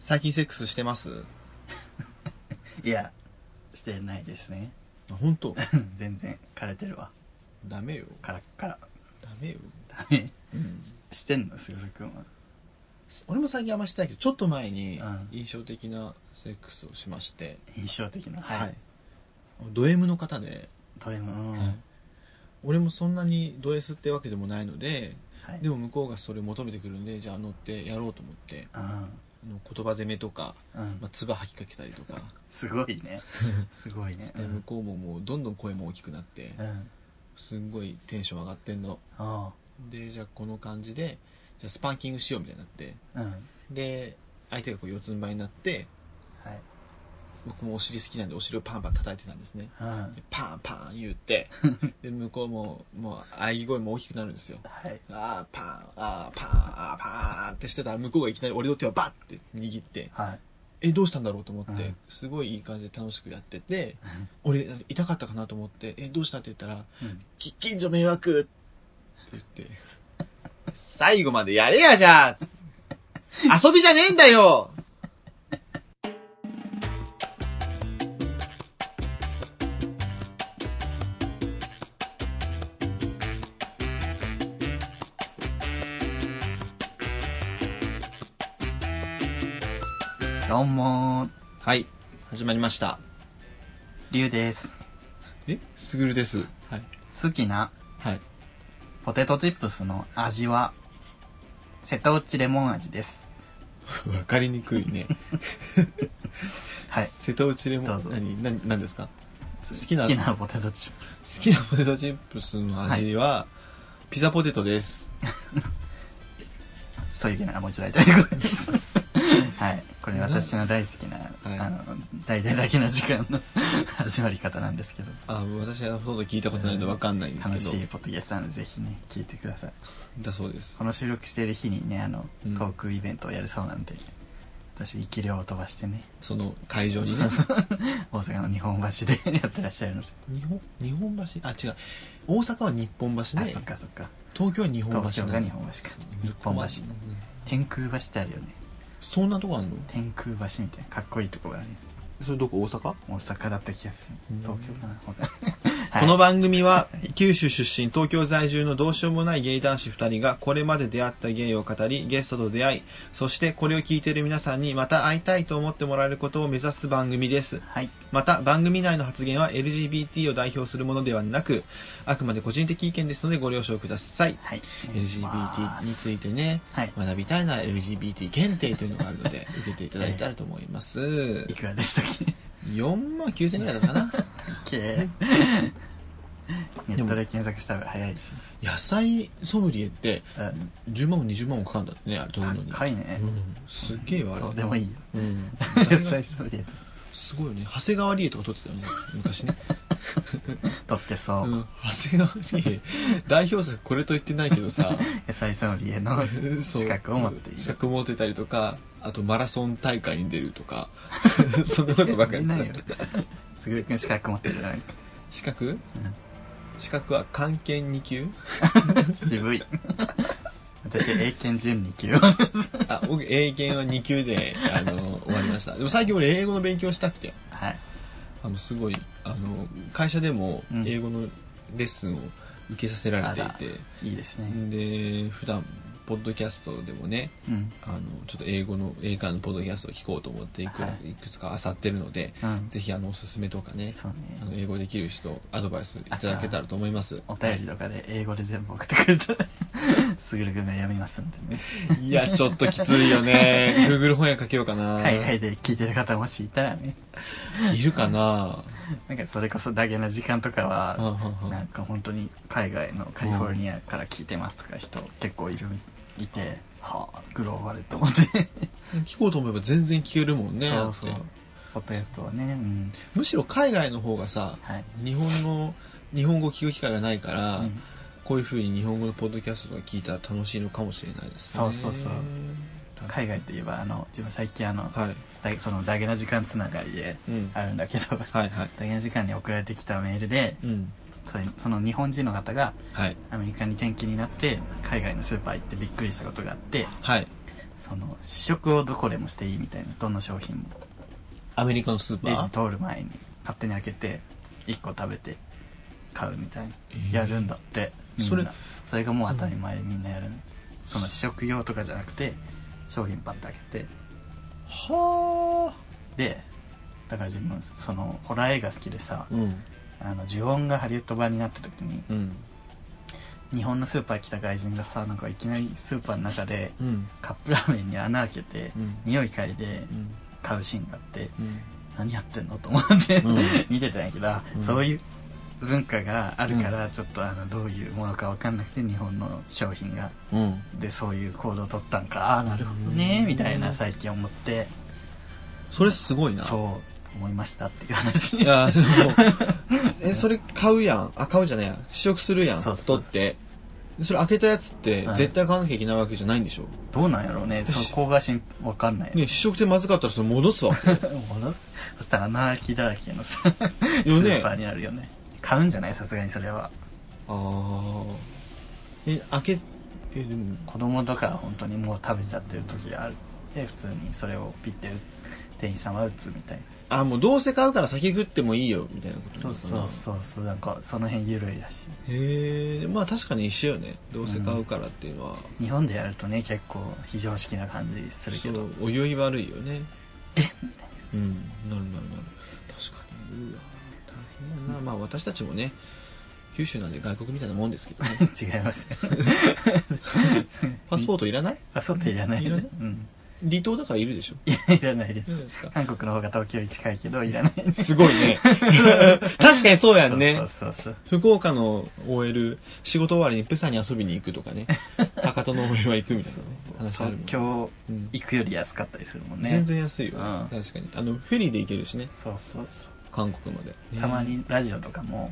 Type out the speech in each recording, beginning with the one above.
最近セックスしてますいやしてないですね あ本当全然枯れてるわダメよカラッカラ ダメよ、ダメうん、してんのすぐるくんは俺も最近あんましてないけどちょっと前にうん印象的なセックスをしまして、印象的なはいド M の方で、ド M うんはい俺もそんなにド S ってわけでもないのではいでも向こうがそれ求めてくるんでじゃあ乗ってやろうと思ってうんあの言葉攻めとか、うんまあ、唾吐きかけたりとかすごいねすごいねで向こうももうどんどん声も大きくなってうんうんすんごいテンション上がってんのあでじゃあこの感じでじゃあスパンキングしようみたいになってあうんで相手がこう四つん這いになってはい僕もお尻好きなんでお尻をパンパン叩いてたんですねうんでパンパン言 って、で、向こうも、もう、喘ぎ声も大きくなるんですよ。はいあーパン、あーパン、あーパンってしてたら、向こうがいきなり俺の手をバッて握って、はいえ、どうしたんだろうと思って、うんすごいいい感じで楽しくやってて、俺、なんか痛かったかなと思って、え、どうしたって言ったら、うんき近所迷惑って言 って、最後までやれやじゃあつって遊びじゃねえんだよどうもーはい、始まりました。りゅうですえ、すぐるです。はい。好きなはい。 ポテトチップスの味は瀬戸内レモン味ですわかりにくいね。はい瀬戸内レモン。どうぞ何、何、何ですか好きな好きなポテトチップス好きなポテトチップスの味は、ピザポテトです。そういう気ならもう一度会いたいと思います。はい。これ私の大好きな、いあの、大々だけな時間の始まり方なんですけど。あ、もう私はほとんど聞いたことないのでわかんないんですけ楽ど。しいポッドキャストなので、ぜひね、聞いてください。だそうです。この収録している日にね、あのうん、トークイベントをやるそうなんで、私、生き量を飛ばしてね、その会場にねそう。そう大阪の日本橋で やってらっしゃるので。日本、日本橋あ、違う。大阪は日本橋あ、で、そっかそっか。東京は日本橋東京が日本橋か。日本うん橋。天空橋ってあるよね。そんなとこあるの天空橋みたいな、かっこいいとこがね、それどこ大阪、大阪だった気がするうん。東京かな、わかん ないはいこの番組ははい九州出身東京在住のどうしようもないゲイ男子2人がこれまで出会ったゲイを語りゲストと出会いそしてこれを聞いている皆さんにまた会いたいと思ってもらえることを目指す番組ですはい。また番組内の発言は LGBT を代表するものではなくあくまで個人的意見ですのでご了承くださいはい。 LGBT について。てねはい。学びたいのは LGBT 限定というのがあるので受けていただいたらと思いますいくらでしたっ4万9000円ぐらいだったか なけネットで検索した方が早いですね。野菜ソムリエってうん10万も20万もかかるんだってねあれ取るのに高いねう。ん、すっげえよあれどうでもいいよ。うん、そうそうで すごいよね長谷川理恵とか撮ってたよね昔ね、撮って そうう。ん、長谷川理恵代表作これと言ってないけど さ野菜ソムリエの そう資格を持ってい資る。格を持ってたりとかあとマラソン大会に出るとか そんなことばっかり見ないよ。すぐるくん資格持って るじゃないか。資格、資格は漢検2級渋い。私、英検準2級。あ僕英検は2級であの終わりましたでも最近俺英語の勉強したくてはい。あのすごいあの会社でもうん英語のレッスンを受けさせられていて、いいですね。で普段ポッドキャストでもねうん。あのちょっと英語の英会話のポッドキャストを聞こうと思っていく,、はいい、くつか漁ってるので、うん。ぜひあのおすすめとかねそうあのね。英語できる人アドバイスいただけたらと思いますお便りとかで英語で全部送ってくれたら、すぐるくんが読みますんでね。いやちょっときついよ ね Google 翻訳かけようかな海外で聞いてる方もしいたらねいるかななんかそれこそダゲな時間とかうんうはんうんなんか本当に海外のカリフォルニアから聞いてますとか人結構いるいてはあグローバルと思って聞こうと思えば全然聞けるもんねそうそうだってポッドキャストはねうんむしろ海外の方がさはい、日本の日本語を聞く機会がないから、うんこういうふうに日本語のポッドキャストが聞いたら楽しいのかもしれないですねそうそうそう海外といえばあの自分最近あのはい、だそのダゲな時間つながりでうん、あるんだけはどいはいダゲな時間に送られてきたメールでうんそれその日本人の方がはいアメリカに転勤になって海外のスーパー行ってびっくりしたことがあってはいその試食をどこでもしていいみたいなどの商品もアメリカのスーパレジー通る前に勝手に開けて1個食べて買うみたいなえーやるんだってみんなそれそれがもう当たり前みんなやるその試食用とかじゃなくて商品パッて開けてはでだから自分そのホラー映画好きでさあうんあの呪音がハリウッド版になった時にうん日本のスーパー来た外人がさなんかいきなりスーパーの中でうんカップラーメンに穴開けてうん匂い嗅いでうん買うシーンがあってうん何やってんのと思って、うん 見てたんやけど、うんそういう文化があるからちょっとあのどういうものか分かんなくて日本の商品がうんでそういう行動を取ったんかああなるほどねうんみたいな最近思ってそれすごいなそう思いましたっていう話いやでもえそれ買うやんあ買うじゃないや試食するやんそうそう取ってそれ開けたやつってはい絶対買わなきゃいけないわけじゃないんでしょ、どうなんやろうねそこがしん分かんない、ね試食でまずかったらそれ戻すわけ戻す そしたら穴開きだらけのさスよーねパーになるよね買うんじゃないさすがにそれはああえ開けえでも子供とかは本当にもう食べちゃってる時があるで普通にそれをピッて店員さんは打つみたいなあもうどうせ買うから先食ってもいいよみたいなことなそのうかなそうそうそうなんかその辺緩いらしへえまあ確かに一緒よねどうせ買うからっていうのは、い日本でやるとね結構非常識な感じするけそどうお湯悪いよねえうんなるなるなる確かにうわ大変だな、まあ私たちもね九州なんで外国みたいなもんですけど ね 違いますねパスポートいらないあそうっていらないいらないうん離島だからいるでしょいやいらないですいるんです か韓国の方が東京に近いけどいらないすごいね 確かにそうやんねそうそうそう福岡の OL 仕事終わりにプサンに遊びに行くとか ね博多の OL は行くみたいなね話あそうるもんね東京うん行くより安かったりするもんね全然安いよ、うん確かにあのフェリーで行けるしねそうそうそう韓国までたまにラジオとかも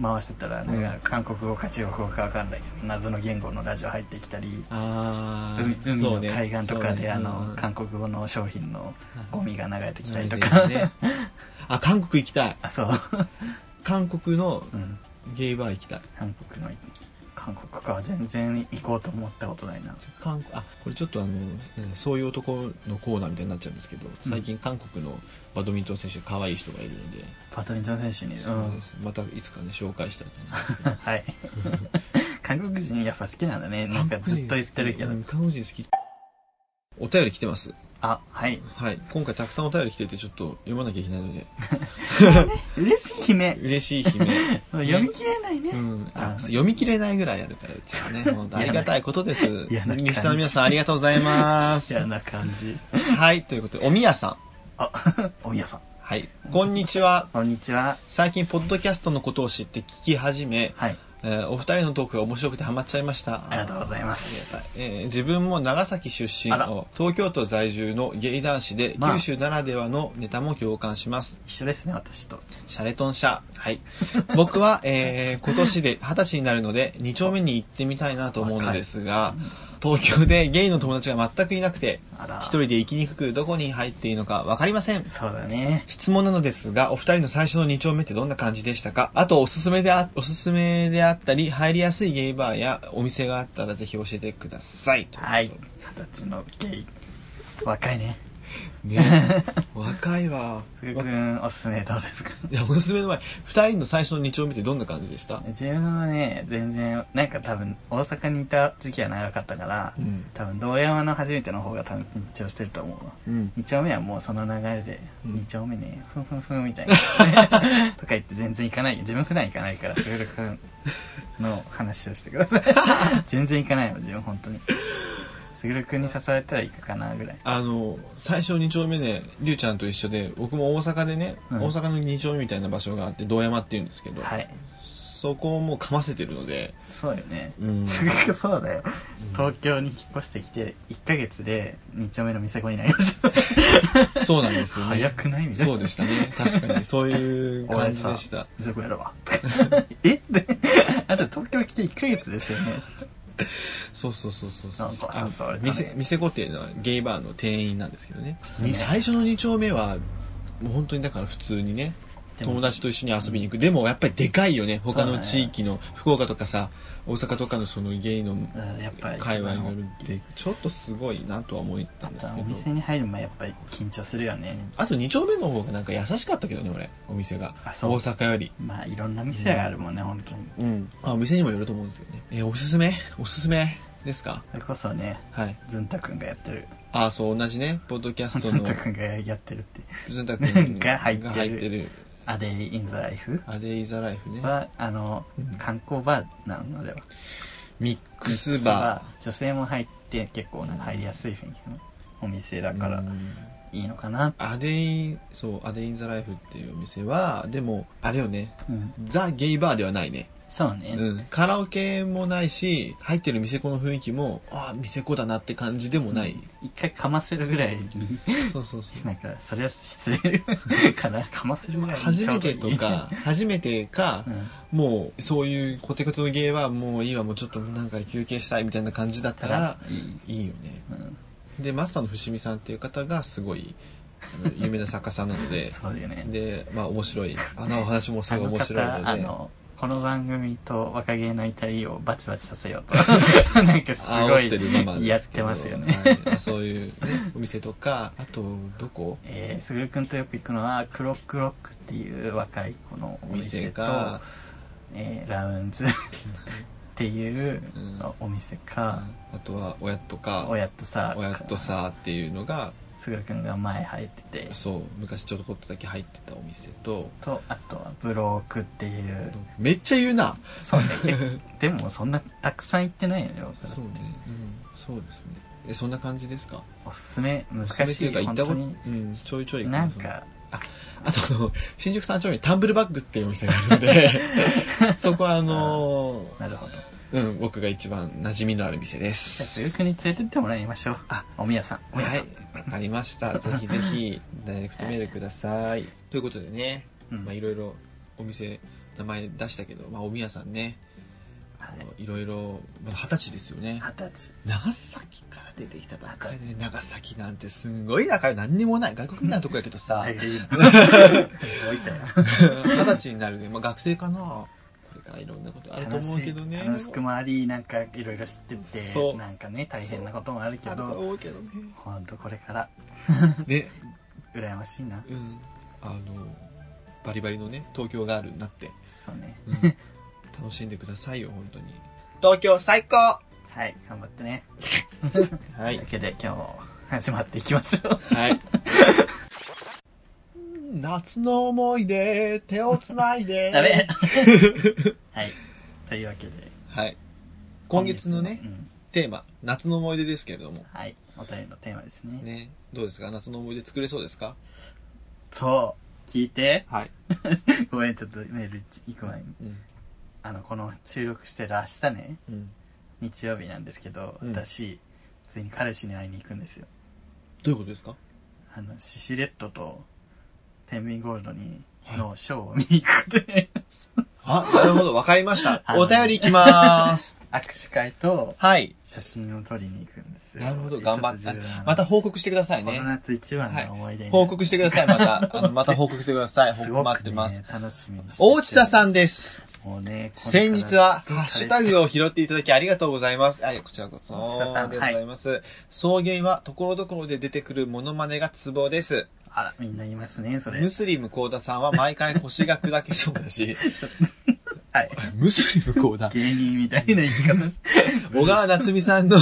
回してたらなんうんか韓国語か中国語か分かんないけど謎の言語のラジオ入ってきたりああ海海の海岸とかで、あの韓国語の商品のゴミが流れてきたりとか、ね、あ韓国行きたいあそう、韓国のうん、ゲイバー行きたい韓国の韓国か全然行こうと思ったことないな韓国あこれちょっとあのうんそういう男のコーナーみたいになっちゃうんですけど最近韓国のバドミントン選手可愛い人がいるので,、バドミントン選手にうそうんですまたいつかね紹介したいと思いますはい 韓国人やっぱ好きなんだねなんかずっと言ってるけどうん韓国人好きお便り来てますあはいはい今回たくさんお便り来ててちょっと読まなきゃいけないので嬉しい悲鳴嬉しい悲 鳴読み切れないね、うん、ああ読み切れないぐらいあるからうちはね 本当ありがたいことです嫌な感じリスナーの皆さんありがとうございま 嫌すな感じはいということでおみやさんあおみやさんはいこんにちはこんにちは最近ポッドキャストのことを知って聞き始め、はいえーお二人のトークが面白くてハマっちゃいましたありがとうございまあすりがたいえー自分も長崎出身あらの東京都在住の芸男子で、まあ九州ならではのネタも共感します一緒ですね私とシャレトン社。はい。僕は、え ー、今年で20歳になるので、2丁目に行ってみたいなと思うのですが、東京でゲイの友達が全くいなくて、あら一人で生きにくくどこに入っていいのかわかりません。そうだね質問なのですが、お二人の最初の2丁目ってどんな感じでしたかあと、おすすめであ、おすすめであったり、入りやすいゲイバーやお店があったらぜひ教えてください。はい二十歳のゲイ若いね ね若いわ。すぐくんおすすめどうですかいや、おすすめの前、二人の最初の2丁目ってどんな感じでした 自分はね全然なんか多分大阪にいた時期は長かったから、うん多分堂山の初めての方が多分緊張してると思うわうん。 2丁目はもうその流れで、うん2丁目ねふんふんふんみた いなとか言って全然行かない自分普段行かないからすぐるくん の話をしてください全然行かないの自分本当にすぐるくんに誘われたら行くかなぐらいあの最初2丁目でりゅうちゃんと一緒で僕も大阪でね、うん大阪の2丁目みたいな場所があって堂山っていうんですけど、はいそこをもうかませてるので、そうよねうんすごくそうだよ東京に引っ越してきて1ヶ月で2丁目の店子になりましたそうなんですよね早くないみたいなそうでしたね確 かにそういう感じでした「そこやるわ」えってあと東京来て1ヶ月ですよねそうそうそうそうそうなんかあ誘われたね店店子っていうのはゲイバーの店員なんですけどねそうね最初の2丁目はもう本当にだから普通にねでも友達と一緒に遊びに行く。でもやっぱりでかいよね。他そうのだね地域の、福岡とかさ、大阪とかのそのゲイのうんやっぱり界一隈番が大きいで、ちょっとすごいなとは思ったんですあとけお店ど。に入る前やっぱり緊張するよねあと2丁目の方がなんか優しかったけどね、俺。お店が。あ大そう阪より。まあいろんな店があるもんね本当にうん。まあお店にもよると思うんですよね。えーおすすめおすすめですかそれこそねはい。ずんたくんがやってるああ、そう、同じね、ポッドキャストずんの、たくんがやってるってずんたくなんんかが入入っっててるる、アデイ・イン・ザ・ライフアデイザライフね。はあのうん観光バーなのではミックスバ女性も入って結構なんか入りやすい雰囲気のお店だー。からうんいいのかな、アデイ、そう、アデイザライフっていうお店は、でも、あれよね、うん、ザ・ゲイバーではないね。そうね、うん。カラオケもないし、入ってる店子の雰囲気も、ああ、店子だなって感じでもない。一回かませるぐらいにそうそう そう。なんかそれは失礼かなかませるぐらいに初ちょめうどいていとか、初めてかう、んもう、そういうコテコテの芸は、もういいわ、もうちょっとなんか休憩したいみたいな感じだったたらら、いい、いいよね。うん、で、マスターの伏見さんっていう方が、すごい、あの有名な作家さんなので、 そうだよねで、まあ、面白い。あのお話もすあごいの面白いので。方あのこの番組と若気の至りをバチバチさせ ようとなんかすご煽ってるママいやでっすてけどますよね、はいそういう、ね、お店とか、あと、どこえー、すぐるくんとよく行くのはクロックロックっていう若い子のおお店店とか、えーラウ ンズっていうお店か、あとは、親とか、おやっとさ親とさっていうのが、すぐるくんが前入っててそう、昔ちょこっとだけ入ってたお店と、とあとはブロークっていうめっちゃ言うなそうね 結構でもそんなたくさん行ってないよね僕だってそうね、うん、そうですねえそんな感じですかおすすめ難おすしすめいっていうか行っ本た当ことにうんちょいちょい行くなんかあとあの新宿三丁目にタンブルバッグっていうお店があるので そこはあのなるほどうん僕が一番馴染みのある店でじゃあすぐすくんに連れてってもらいましょうあおみやさんおみやはさん、いわかりました ぜひぜひダイレクトメールくださいということでねうんまあいろいろお店名前出したけど、まあ、おみやさんね、あのいろいろ、まあ二十歳ですよね。二十歳長崎から出てきたばっかりで、長崎なんてすんごい仲良い何にもない外国みたいなとこやけどさ置いたよ 二十歳になるね、まあ、学生かなこれからいろんなことあると楽思うしけいど ね楽しくもありなんかいろいろ知ってそてうなんかね大変なこともあるけあるとど思うけどねほんとこれからね羨ましいなうんあのバリバリのね東京ガールになって、そうねうん楽しんでくださいよ本当に東京最高ははい頑張ってねいというわけで今日も始まっていきましょうはい。 夏の思い出、手をつない で。ダメはいというわけではい。今月のねう、んテーマ、夏の思い出ですけれども。はいお便りのテーマですねね、どうですか夏の思い出作れそうですかそう聞いてはい。ごめんちょっとメール行く前にうん。あのこの収録してる明日ねうん。日曜日なんですけど、うん私普通に彼氏に会いに行くんですよどういうことですかあのシシレットと天秤ゴールドにはいのショーを見に行くことにな りましたあ、なるほど、わかりましたあ。のお便りいきまー す。握手会とはい。写真を撮りに行くんですよなるほど、頑張って。ままたた報告してくださいこのね。夏一番の思い出になる、報告してください、また。あの、また報告してください。報す告ごく、ね、待って ます。楽しみにしてて大地田さんです。もうね先日は、これからハッシュタグを拾っていただきありがとうございます。はい、こちらこそ。おちささんありがとうございます。送迎は、ところどころで出てくるモノマネがツボです。あらみんな言いますねそれムスリムコーダさんは毎回腰が砕けそうだ し、はいムスリムコー ダ。芸人みたいな言い方し小川夏美さんの、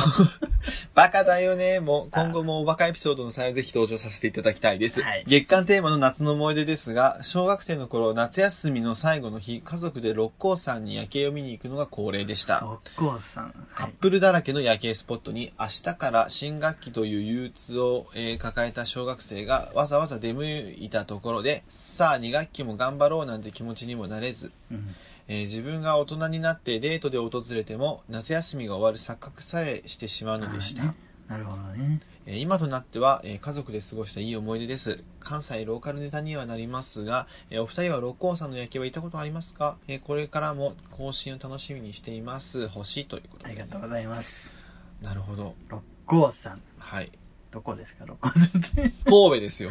バカだよね。もう、今後もおバカエピソードの際はぜひ登場させていただきたいです。はい月間テーマの夏の思い出ですが、小学生の頃、夏休みの最後の日、家族で六甲山に夜景を見に行くのが恒例でした。六甲山カはッいプルだらけの夜景スポットに明日から新学期という憂鬱を、えー抱えた小学生がわざわざ出向いたところでさあ2学期も頑張ろうなんて気持ちにもなれず、うんえー自分が大人になってデートで訪れても夏休みが終わる錯覚さえしてしまうのでしあーたね、なるほどねえー今となっては、えー家族で過ごしたいい思い出です関西ローカルネタにはなりますが、えーお二人は六甲山の夜景は行ったことありますか、えーこれからも更新を楽しみにしています星ということあでりがとうございますなるほど六甲山はい どこですか六甲山って神戸ですよ。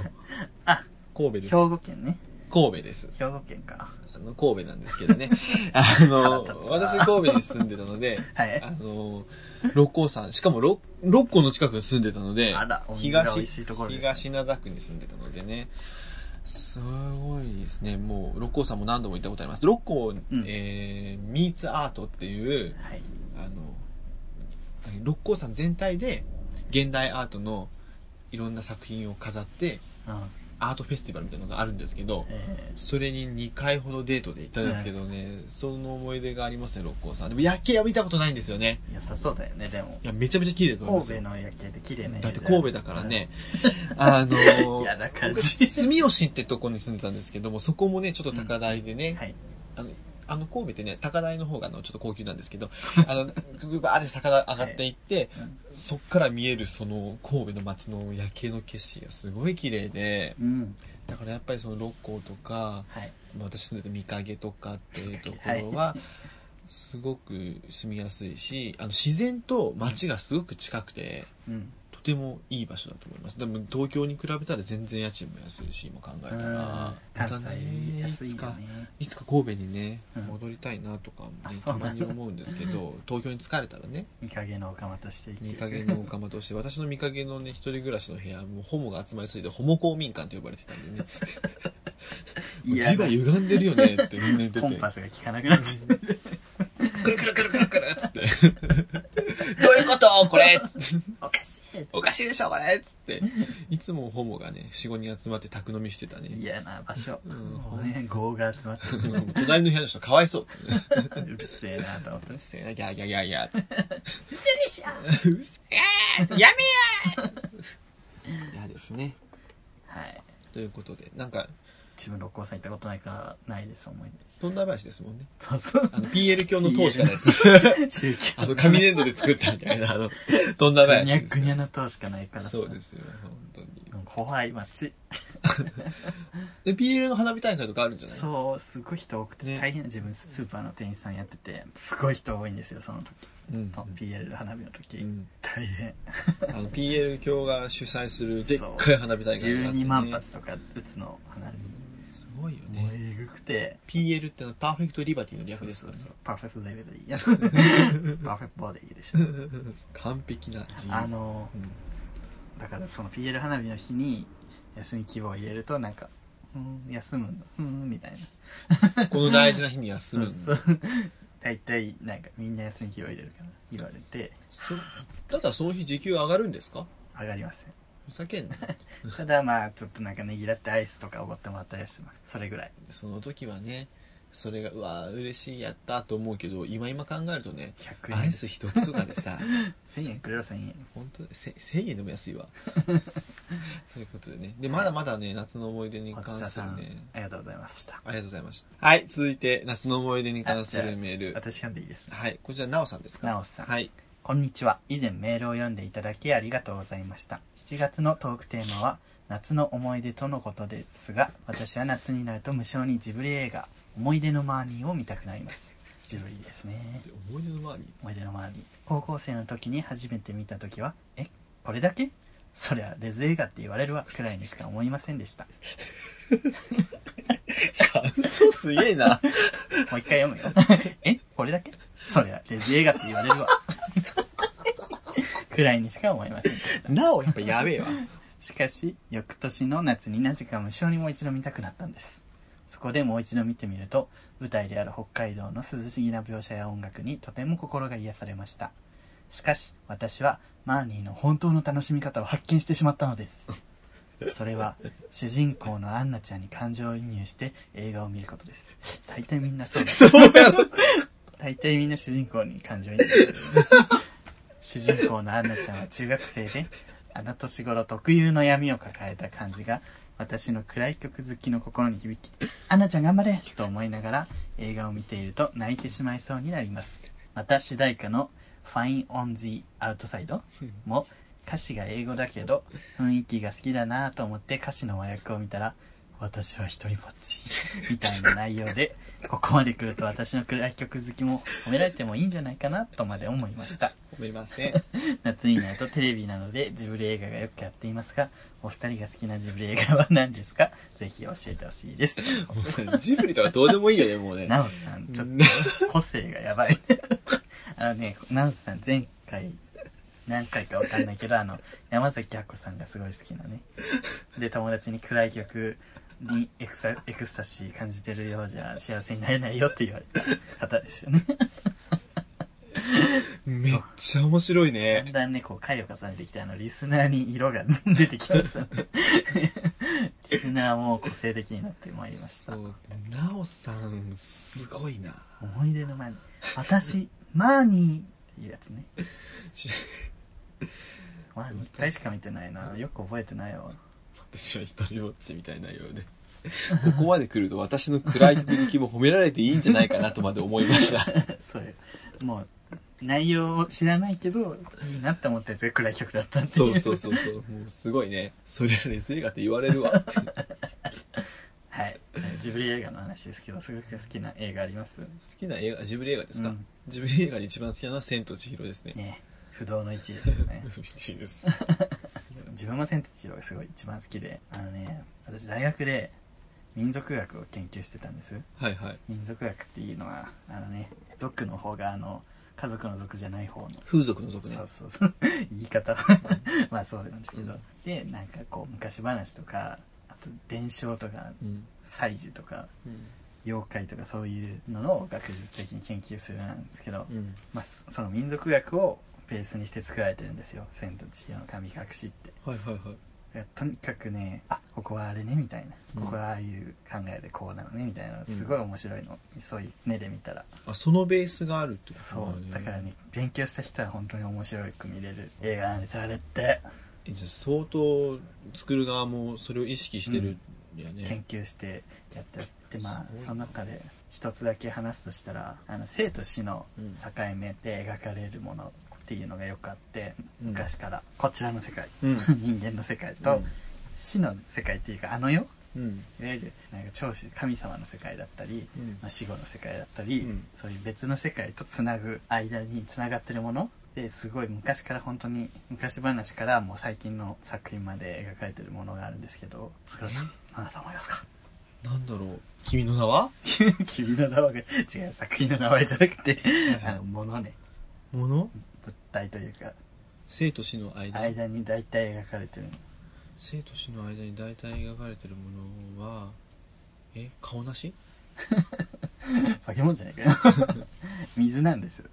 あ、神戸です。兵庫県ね神戸です。兵庫県か。あの、神戸なんですけど ね。あの、私神戸に住んでたので、はい。あの、六甲山、しかも六、六甲の近くに住んでたので、あら、お水が美味しいところです、ね。東灘区に住んでたのでね、すごいですね。もう、六甲山も何度も行ったことあります。六甲、うんえー、ミーツアートっていう、はい。あの、六甲山全体で現代アートのいろんな作品を飾って、うん。アートフェスティバルみたいなのがあるんですけど、えそれに2回ほどデートで行ったんですけどね、その思い出がありますね、六甲山。でも夜景は見たことないんですよね。ー、良さそうだよね、でも。いや、めちゃめちゃ綺麗だと思いま神すよ戸。の夜景で綺麗なだって神戸だからね、あの うん。 嫌な感僕じ。住吉ってとこに住んでたんですけども、そこもね、ちょっと高台でね、はい。あの、あの神戸ってね、高台の方があの、ちょっと高級なんですけど、あの、ぐばーって坂が上がっていって、うんそっから見えるその神戸の街の夜景の景色がすごい綺麗で、うん。だからやっぱりその六甲とか、はい。まあ私住んでた御影とかっていうところは、すごく住みやすいし、あの、自然と街がすごく近くて、うん。とてもいい場所だと思いますでも東京に比べたら全然家賃も安いし今考えたら関また西安いつよかね。いつか神戸にねうん戻りたいなとかもね、あそたうなんまだに思うんですけ ど東京に疲れたらね見影のおかまとして生き見ていかくけのおかまとして私の見かけのね一人暮らしの部屋もホモが集まりすぎてホモ公民館と呼ばれてたんでねもういや磁場歪んでるよねってみんな言っててコンパスが効かなくなっちゃう。くるくるくるくるくるっつってどういうことこれっつっておかしい。おかしいでしょ、これっつって。いつもホモがね、4、5人集まって宅飲みしてたね。嫌な場所。うんもうね、業が集まってうん隣の部屋の人かわいそう。て、うるせえなと思ってう。るせえな、ギャーギャーギャーギャーっつって。うるせえでしょうるせえやめや嫌ですね。はい。ということで、なんか、自分六甲山行ったことないから、ないです、思い出。とんだ林ですもんね。そうそう。あの、PL 教の塔しかないです。宗教。あの、紙粘土で作ったみたいな、あの、とんだぐに林ゃでぐす。にゃな塔しかないから。そうですよ、本当に。うん。怖い街。で、PL の花火大会とかあるんじゃないそう、すごい人多くてね大変、自分ススーパーの店員さんやってて、すごい人多いんですよ、その時。うん。 PL 花火のう時。ん大変。あの、PL 教が主催するでっかい花火大会があってね12万発とか打つの花火。すごいよもうね。えぐくて。 PL ってのはパーフェクトリバティの略そうですそかうらねそう。パーフェクトデビューでいい。 パーフェクトボディでしょ。完璧な自由あのうんだからその PL 花火の日に休み希望を入れるとなんか「うん休むんだうん」みたいなこの大事な日に休むんだ そうそう大体なんかみんな休み希望入れるから言われてそうただその日時給上がるんですか上がりませんふざけんなただまあちょっとなんかねぎらってアイスとかおごってもらったりはしてますそれぐらいその時はねそれがうわー嬉しいやったと思うけど今今考えるとね100円アイス一つとかで さ1000円くれろ1000円本当せ1000円でも安い わということでねでまだまだね夏の思い出にお関つさすさるんねありがとうございましたありがとうございましたはい続いて夏の思い出に関すあじゃるあメール私読んでいいですはいこちらなおさんですかなおさんはいこんにちは。以前メールを読んでいただきありがとうございました。7月のトークテーマは、夏の思い出とのことですが、私は夏になると無性にジブリ映画、思い出のマーニーを見たくなります。ジブリですね。思い出の周り思い出のマーニー。高校生の時に初めて見た時は、え、これだけそりゃレズ映画って言われるわ、くらいにしか思いませんでした。感想すげえ な。もう一回読むよ。えこれだけそりゃレズ映画って言われるわ。くらいにしか思いませんでした。なお、やっぱやべえわ。しかし翌年の夏になぜか無性にもう一度見たくなったんですそこでもう一度見てみると舞台である北海道の涼しげな描写や音楽にとても心が癒されましたしかし私はマーニーの本当の楽しみ方を発見してしまったのですそれは主人公のアンナちゃんに感情移入して映画を見ることです大体みんなそうだそうやろ。大体みんな主人公に感情移入するよね主人公のアンナちゃんは中学生であの年頃特有の闇を抱えた感じが私の暗い曲好きの心に響き「アンナちゃん頑張れ!」と思いながら映画を見ていると泣いてしまいそうになりますまた主題歌の「Fine on the Outside」も歌詞が英語だけど雰囲気が好きだなぁと思って歌詞の和訳を見たら私は一人ぼっち。みたいな内容で、ここまで来ると私の暗い曲好きも褒められてもいいんじゃないかなとまで思いました。褒めません。夏になるとテレビなどでジブリ映画がよくやっていますが、お二人が好きなジブリ映画は何ですかぜひ教えてほしいです。もうジブリとかどうでもいいよね、もうね。なおさん、ちょっと個性がやばい。 あのね、なおさん前回、何回かわかんないけど、あの、山崎亜子さんがすごい好きなね。で、友達に暗い曲にエクサエクスタシー感じてるようじゃ幸せになれないよって言われた方ですよね。めっちゃ面白いだんね。だんね、こう、回を重ねてきて、あの、リスナーに色が出てきました ね。リスナーも個性的になってまいりましたそ。う、なおさん、すごいな。思い出の前に、私、マーニーっていうやつね。まあ、1回しか見てないな。よく覚えてないわ。私は一人ぼっちみたいなようで。ここまで来ると私の暗い曲好きも褒められていいんじゃないかなとまで思いました。そういう。もう、内容を知らないけど、いいなって思ったやつが暗い曲だったっていう。 そうそうそうそう。もうすごいね。そりゃレズ映画って言われるわって。好はい。ジブリ映画の話ですけど、すごく好きな映画ありますきな映画、ジブリ映画ですか、うんジブリ映画で一番好きなのは千と千尋ですね。ね不動の1位です よね。嬉しい です。自分も千と千尋がすごい一番好きであのね私大学で民族学を研究してたんですはいはい。民族学っていうのはあのね族の方があの家族の族じゃない方の風俗の族ねそ。うそうそう 言い方は まあそうなんですけど、うんでなんかこう昔話とかあと伝承とかうん。祭事とか妖怪とかそういうのを学術的に研究するなんですけど、うん。まあ、そその民族学をベースにして作られてるんですよ「千と千尋の神隠し」ってはいはいはい。いやとにかくねあここはあれねみたいな、うんここはああいう考えでこうなのねみたいなのすごい面白いの、そういう目で見たらあ、そのベースがあるってことそうねだからね勉強した人は本当に面白く見れる映画なんですあれって、えじゃあ相当作る側もそれを意識してるんやね研、究してやってでまあすごいなその中で一つだけ話すとしたらあの生と死の境目で描かれるものっていうのがよくあって、うん昔からこちらの世界 うん人間の世界と、死の世界っていうかあの世うんいわゆるなんか超子神様の世界だったり、うんまあ、死後の世界だったり、うんそういう別の世界とつなぐ間につながってるものですごい昔から本当に昔話からもう最近の作品まで描かれてるものがあるんですけど桜さん何だと思いますか なんだろう君の名は君の名は違う作品の名前じゃなくてあのものねもの物体というか生と死の間間に大体描かれてる生と死の間に大体描かれてるものはえ顔なし化け物じゃない かよ水なんです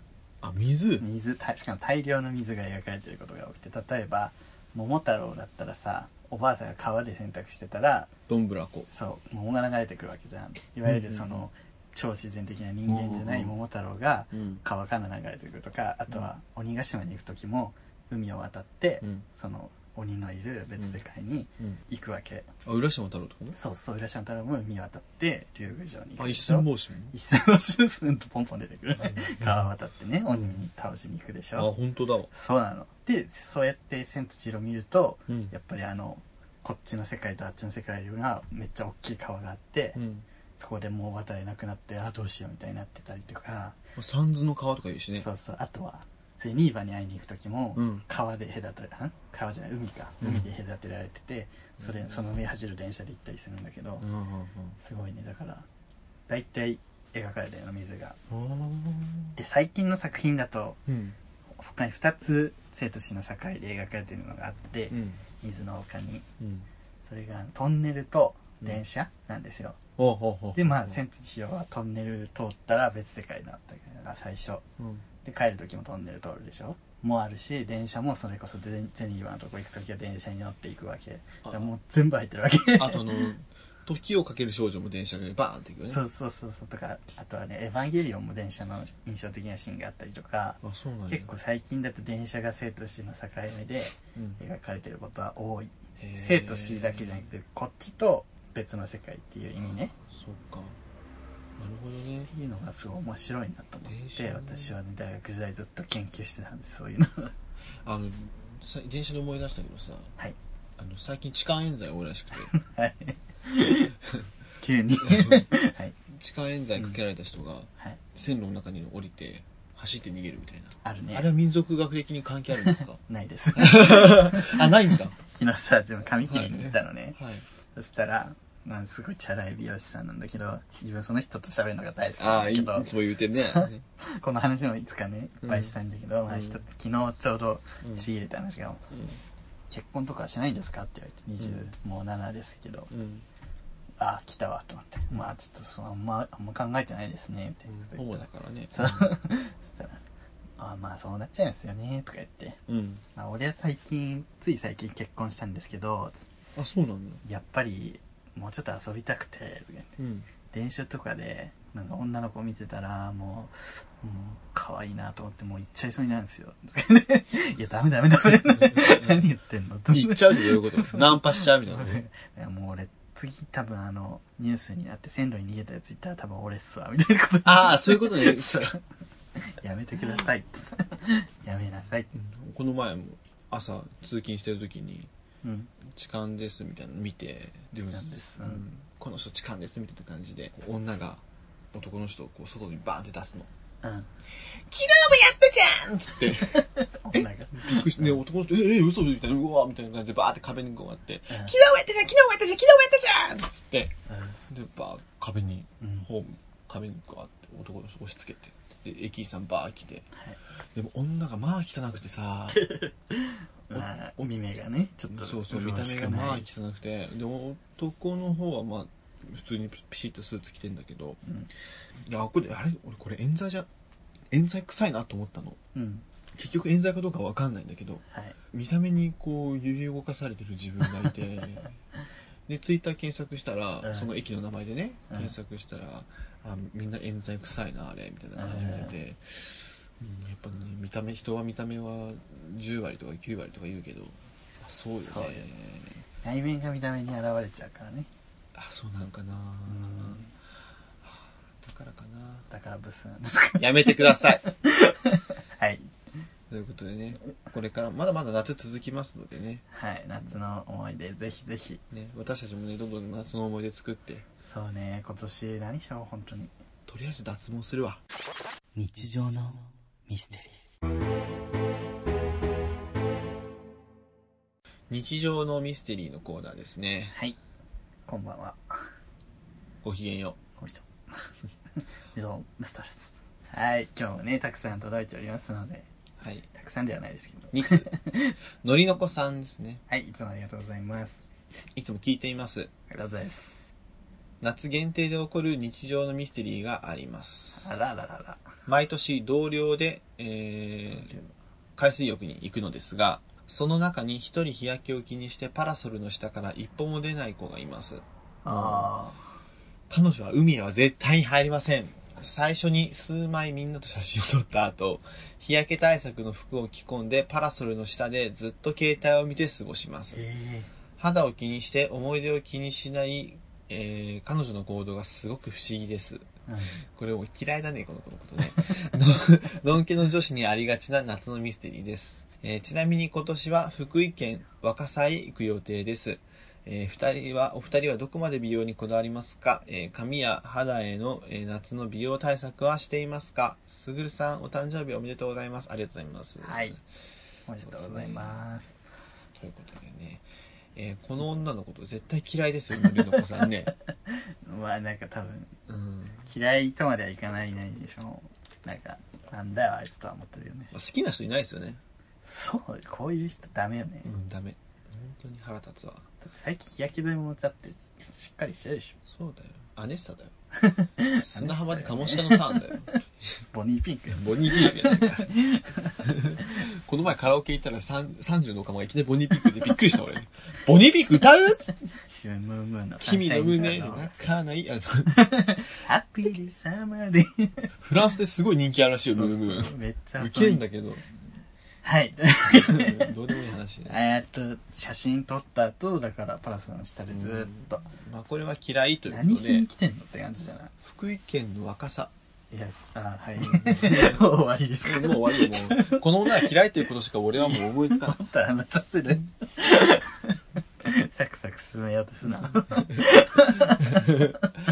あ水水たしかも大量の水が描かれてることが多くて例えば「桃太郎」だったらさおばあさんが川で洗濯してたらどんぶらこそう桃が流れてくるわけじゃんいわうゆんうるんその超自然的な人間じゃなうんうんういん桃太郎がうん川から流れてくるとかあとは鬼ヶ島に行く時も海を渡ってうんその鬼のいる別世界にうん行くわけあ浦島太郎とかもそうそう浦島太郎も海渡って竜宮城に行くあで一しょ寸法師も一寸スンスンとポンポン出てくるねうん川渡ってね鬼に倒しに行くで しあょ本当だわそうなのでそうやって「千と千尋」見るとうんやっぱりあのこっちの世界とあっちの世界がめっちゃ大きい川があって、うんそこでもう渡れなくなってあどうしようみたいになってたりとか、三途の川とか言うしねそうそうあとはゼニーバに会いに行く時も、うん川で隔てらん川じゃない海かうん海で隔てられてて、それうんその上走る電車で行ったりするんだけど、うんうんすごいねだから大体描かれたような水がうんで最近の作品だとうん他に2つ生と死の境で描かれてるのがあって、うん水の丘にうんそれがトンネルと電車なんですよ、ほうほうほうほうでまあ千と千尋はトンネル通ったら別世界になったから最初うんで帰る時もトンネル通るでしょもあるし電車もそれこそゼゼニーバのとこ行く時は電車に乗っていくわけだからもう全部入ってるわけあとあの、時をかける少女も電車でバーンっていくよね。 そうそうそうそうとかあとはね「エヴァンゲリオン」も電車の印象的なシーンがあったりとかあ、そうなんや結構最近だと電車が生と死の境目でうん描かれてることは多いへー生と死だけじゃなくてこっちと別の世界っていう意味ねそっか。なるほどね。っていうのがすごい面白いなと思電っ車ての私はね大学時代ずっと研究してたんですそういうのあの、さ電車で思い出したけどさ、はい あの最近痴漢冤罪多いらしくて、はい 急にはい痴漢冤罪かけられた人がはい線路の中に降りて走って逃げるみたいな、あるあれねは民族学的に関係あるん ですかないですあないんだ昨日さ自分髪切りに行ったの ね、はいそしたら、まあ、すごいチャラい美容師さんなんだけど自分その人と喋るのが大好きなんだけども言うてるねこの話もいつかねいっぱいしたんだけど、まあ、うん人昨日ちょうど仕入れた話が、結婚とかはしないんですか?」って言われて20、もう7ですけどうん「ああ来たわ」と思って「まあちょっとそうあんまあんま考えてないですね」みたいなこと言主っただらからねそう そしたら「ああまあそうなっちゃうんですよね」とか言ってうん「まあ、俺は最近つい最近結婚したんですけどあそうなんだやっぱりもうちょっと遊びたくて」とか言ってうん練習とかでなんか女の子見てたらもうもう可愛いなと思ってもう行っちゃいそうになるんですよ いやダメダメダメ 何言ってんの行っちゃうってどういう ことナンパしちゃうみたいな こといやもう俺次多分あのニュースになって線路に逃げたやついたら多分俺っすわみたいなことああそういうことね そうやめてくださいってやめなさい、この前も朝通勤してる時にうん、痴漢ですみたいなの見てでも痴漢ですうんうんこの人痴漢ですみたいな感じでこう女が男の人をこう外にバーンって出すのうんっつ って女がびっくりして、ね、男の人、え、え、嘘みたいな、うわみたいな感じで、バーって壁にこうやって、うん昨日もやったじゃん昨日もやったじゃん昨日もやったじゃんっつって、で、バー、壁に、うんホーム、壁にガーって男の人押し付けて、で、駅員さんバー来て、はいでも女がまあ汚くてさ、まあお見目がねちょっとそうそう、見た麗し目くがまあない汚くて、で、男の方はまあ、普通にピシッとスーツ着てんだけど、うんいや、これ、あれ俺これ冤罪じゃ、冤罪臭いなと思ったの。うん結局冤罪かどうかわかんないんだけど、はい見た目にこう揺り動かされてる自分がい てでツイッター検索したら、うんその駅の名前でねうん検索したら、あみんな冤罪臭いなあれみたいな感じで見てて、うん、やっぱね見た目人は見た目は10割とか9割とか言うけどあそうよねそうよね内面が見た目に現れちゃうからねあそうなんかな、うんだからかなだからブスなんです かやめてくださいはい ということでねこれからまだまだ夏続きますのでねはい夏の思い出ぜひぜひね私たちもねどんどん夏の思い出作ってそうね今年何しよう本当にとりあえず脱毛するわ日常のミステリー日常のミステリーのコーナーですねはいこんばんはごきげんよこんにち はどうもムスターですはい今日もねたくさん届いておりますのでうはいたくさんではないですけ ど2つのりのこさんですねはいいつもありがとうございますいつも聞いていますありがとうございます夏限定で起こる日常のミステリーがありますあらららら毎年同僚で、えー海水浴に行くのですがその中に一人日焼けを気にしてパラソルの下から一歩も出ない子がいますあ彼女は海へは絶対に入りません。最初に数枚みんなと写真を撮った後、日焼け対策の服を着込んでパラソルの下でずっと携帯を見て過ごしますー。え肌を気にして思い出を気にしない、えー彼女の行動がすごく不思議です。えうんこれもう嫌いだね、この子のことね。 のんけの女子にありがちな夏のミステリーです。えーちなみに今年は福井県若狭へ行く予定です。えー二人は、お二人はどこまで美容にこだわりますか、えー髪や肌への、えー夏の美容対策はしていますかすぐるさん、お誕生日おめでとうございます。ありがとうございます。はいおめでとうございますということでね、えーこの女のこと絶対嫌いですよ、のりのこさん ね。まあなんか多分うん嫌いとまではいかないないでしょなんかなんだよあいつとは思ってるよね好きな人いないですよね。そうこういう人ダメよね、うん、ダメ。本当に腹立つわ。最近日焼け止めもだってしっかりしてるでしょそうだよ。 アネッサだよ。砂浜でカモシカのターンだよ。ボニーピンクボニーピークやないか。この前カラオケ行ったら3 30のおかまがいきなりボニーピークでびっくりした俺。ボニーピーク歌うつって自分ムームーの君の胸での泣かない。あそうハッピーサマーデーフランスですごい人気あるらしいよ、ムームそうそうめっちゃー。ウ熱ケいんだけど。はいどうでもいい話 ね。えーっと写真撮った後だからパラソルの下でずーっとまあこれは嫌いというこ何としにで、来てんのって感じじゃない福井県の若さ。いやあ はいもう終わりですもう終わりよ、もう。この女は嫌いということしか俺はもう思いつかない。もっと話させるサクサク進めようとすな。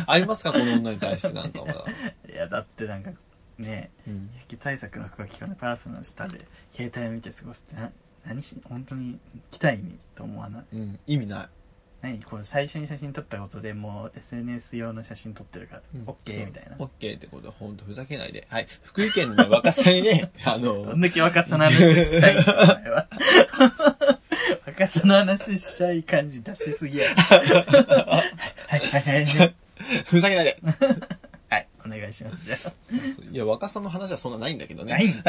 ありますかこの女に対してなんかまだ。いや、だってなんか、ねうんえ、雪対策の服を着込んでパーソンの下で携帯を見て過ごすってな、何し、本当に期待にと思わない。うん、意味ない。何これ最初に写真撮ったことでもう SNS 用の写真撮ってるから、オッケーみたいな。オッケーってことは本当ふざけないで。はい。福井県のね、若さに ね、あどのん、だけ若さの話したいんだお前は 若さの話したい感じ出しすぎや。 はいはいはいはい。ふざけないで。はい、お願いします。じゃあ。いや、若さの話はそんなないんだけどね。ないんぶっ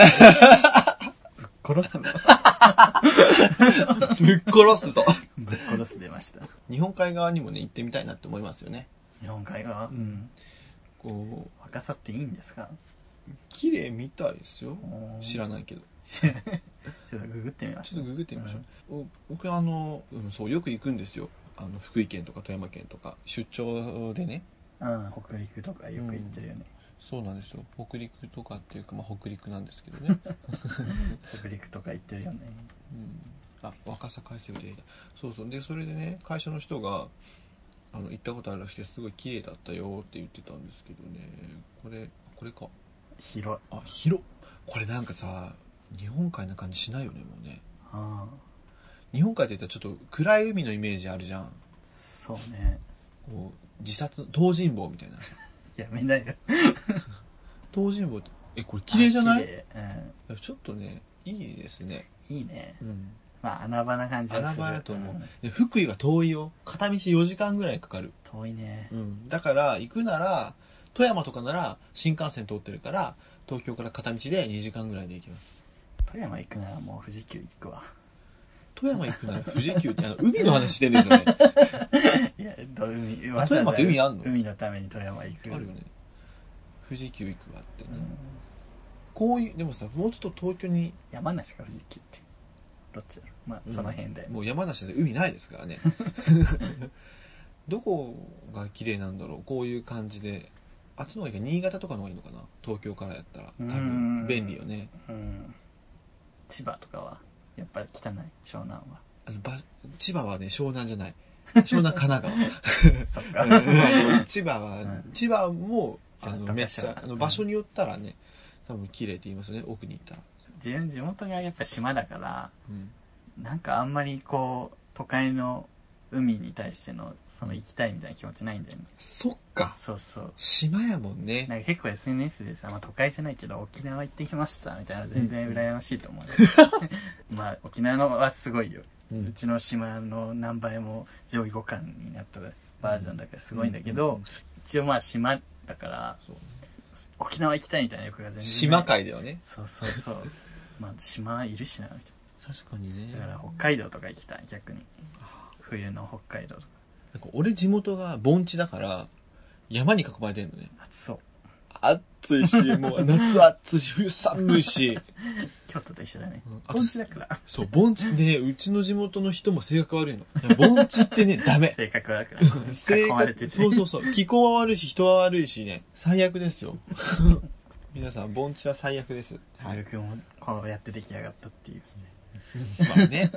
殺すぞ。ぶっ殺すぞ。ぶっ殺す出ました。日本海側にもね、行ってみたいなって思いますよね。日本海側。うん。こ若さっていいんですかう、綺麗みたいですよ。知らないけど。知らない。 ちょっとググってみます。ちょっとググってみましょう。お僕、あの、うん、そう、よく行くんですよ。あの、福井県とか富山県とか、出張でね。うん、北陸とかよく行ってるよね。そうなんですよ。北陸とかっていうか、まあ、北陸なんですけどね。北陸とか行ってるよね。うん、あ若狭海水でそうそうでそれでね会社の人があの行ったことあるらしくてすごい綺麗だったよって言ってたんですけどねこれこれか広い。あ広っこれなんかさ日本海な感じしないよねもうねああ、日本海って言ったらちょっと暗い海のイメージあるじゃんそうね。こう自殺東尋坊みたいなやめないよ。東尋坊ってえこれ 綺麗じゃなあ綺い麗うん。ちょっとねいいですねいいね。うんまあ穴場な感じがする。穴場やと思うんで福井は遠いよ片道4時間ぐらいかかる遠いね。うん、だから行くなら富山とかなら新幹線通ってるから東京から片道で2時間ぐらいで行きます富山行くならもう富士急行く わ。富山行く なら富士急ってあの海の話してるんですよねいや、ど海あ富山って海あんの海のために富山行あく。るよね富士急行くわってね、うん。こういうでもさもうちょっと東京に山梨か富士急って。どっちだろう。まあ、その辺で。もう山梨で海ないです からねどこが綺麗なんだろうこういう感じであっちの方がいいか新潟とかの方がいいのかな東京からやったら多うん分便利よねうん。千葉とかは、やっぱり汚い、湘南は。あのば千葉はね湘南じゃない湘南神奈川 そっか。千葉は、うん千葉もあ千葉のとめっかちゃそうあの場所によったらね、多分綺麗って言いますよね奥に行ったら、 自分、地元がやっぱ島だから、うんなんかあんまりこう、都会の海に対しての、その行きたいみたいな気持ちないんだよね。そっかそうそう。島やもんねなんか結構 SNS でさ、まあ、都会じゃないけど沖縄行ってきましたみたいな全然羨ましいと思う、 まあ沖縄のはすごいよ、ううんちの島の何倍も上位互換になったバージョンだからすごいんだけど、うん一応まあ島だからそう沖縄行きたいみたいな欲が全然ない島界ではねそうそうそうまあ島いるしなみたい確かにねなだから北海道とか行きたい逆に冬の北海道とかなんか俺地元が盆地だから山に囲まれてるのね暑そう暑いしも う夏暑いし冬寒いし京都と一緒だねうんあと本地だからそう盆地でねうちの地元の人も性格悪いのいや盆地ってねダメ性格悪くなっちゃう性囲まれ格ててそうそうそう気候は悪いし人は悪いしね最悪ですよ 皆さん盆地は最悪です、サルくんもこうやって出来上がったっていうまあね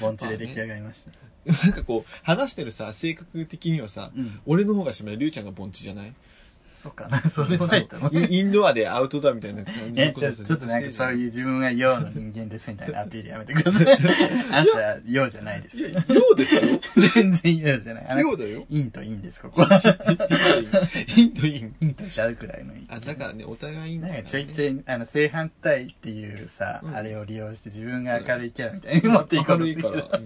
盆地で出来上がりました、なんかこう話してるさ性格的にはさうん俺の方が島でりゅうちゃんが盆地じゃないそうかなそうでもないと思うインインドアでアウトドアみたいな感じのえちょさちょっとなんかそういうう自分は陽の人間ですみたいなアピールやめてくださいあなたは陽じゃないですいや量ですよ全然陽じゃないあなた量だよ陰と陰ですここはインドイン陰としちゃうくらいの陰あだからねお互いいんなだんよかちょいちょいあの正反対っていうさ、うんあれを利用して自分が明るいキャラみたいに持っていこうと明するいかるら、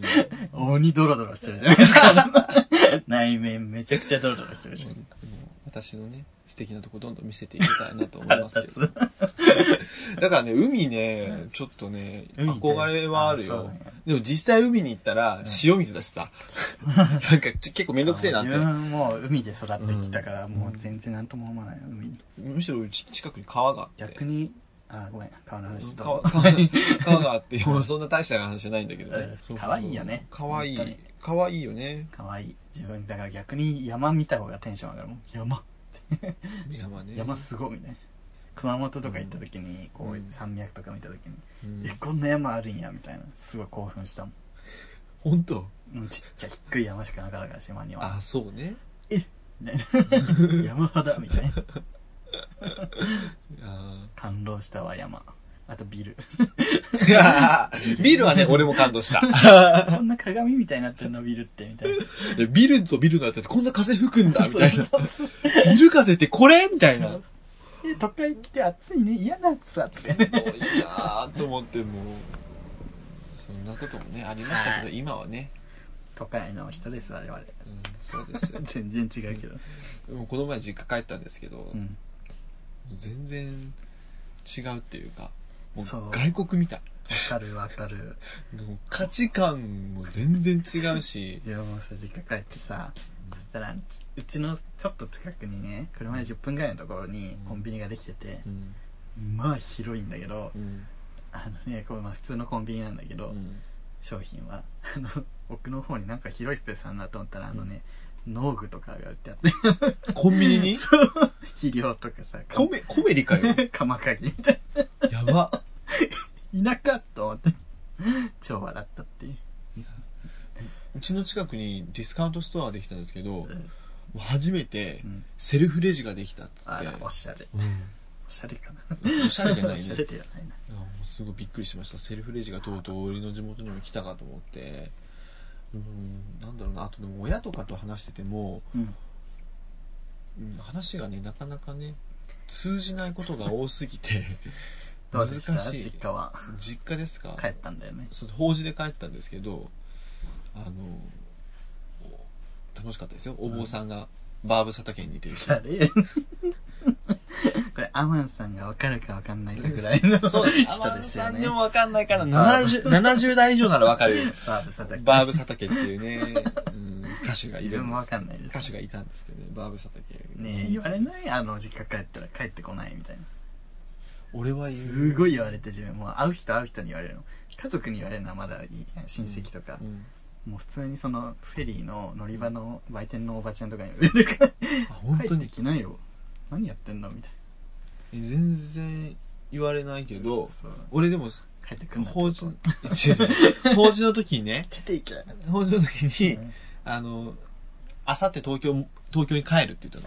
うん鬼ドロドロしてるじゃないですか内面めちゃくちゃドロドロしてるじゃんうん私のね素敵なとこどんどん見せていけたらなと思い腹ますけ立ど つだからね、海ね、ちょっとね、海って憧れはあるそうよなんや。でも実際海に行ったらん塩水だし さ。なんかちょ結構めんどくせえなっそう自て。分もう海で育ってきたから、もう全然なんとも思わないよ海にむしろうち近くに川があって。逆にあごめん川の話ど川うぞ川川があ って、もうそんな大した話じゃないんだけどうんね。そうそう可愛いよね可愛い本当に。可愛いよね。かわいい自分だから逆に山見た方がテンション上がるもん山山ね。山すごいみたいな熊本とか行った時に、こううん山脈とか見た時に、うんえこんな山あるんやみたいなすごい興奮したもん本当もうちっちゃい低い山しかなかったから島にはあ、そうね。ね山肌みたいな あ 感動したわ山あと ビルービルはね、俺も感動 した。こんな鏡みたいになってんのビルってみたいなビルとビルの間ってこんな風吹くんだ、みたいそうそうそうな。ビル風ってこれみたいな。え都会来て暑いね嫌な暑さっすて ごいなぁと思って、もう。そんなこともね、ありましたけど、は今はね。都会の人です我々うん、そうですよ。全然違うけど、 でもこの前実家帰ったんですけど、うん、全然違うっていうか、もそうう外国みたい。わかるわかるもう価値観も全然違うし、いやもうさ実家帰ってさそしたらちうちのちょっと近くにね車で10分ぐらいのところにコンビニができてて、 うん、まあ広いんだけどうん、あのねこれまあ普通のコンビニなんだけど、うん。商品はあの奥の方になんか広いスペースあるなと思ったらあのね、農具とかが売ってあってコンビニ に そう肥料とかさかコメ、コメリかよ。 鎌鍵みたい やば。な田舎と思って超笑ったっていううちの近くにディスカウントストアができたんですけど、もうんう初めてうんセルフレジができたっつっあて。らおしゃれうんおしゃれかなおしゃれじゃない おね。 しゃれではないなあもうすごいびっくりしましたセルフレジがとうとう俺の地元にも来たかと思ってうんなんだろうなあとでも親とかと話してても、うんうん話がねなかなかね通じないことが多すぎて どうでした難しい実家は実家ですか帰ったんだよねそう法事で帰ったんですけどあのお楽しかったですよお坊さんがバーブ佐竹に似てるしあれ これアマンさんが分かるか分かんないかぐらいの人そうで天野すさよんねにも分かんないから 70, 70代以上なら分かるバーブサタバーブ佐竹っていうね、うん、歌手がい自る分んもで分すかんないです歌手がいたんですけどねバーブ佐竹ねえ言われないあの実家帰ったら帰ってこないみたい俺はな言うすごい言われて自分もう会う人会う人に言われるの家族に言われるのはまだいい親戚とかう、んもう普通にそのフェリーの乗り場の売店のおばちゃんとかに言われるからあ本当帰ってにきないよ何やってんのみたいえ全然言われないけどなそう俺でも帰ってくんなって法事違う違う法事の時にね出ていけ法事の時にうんあのあさって東京東京に帰るって言った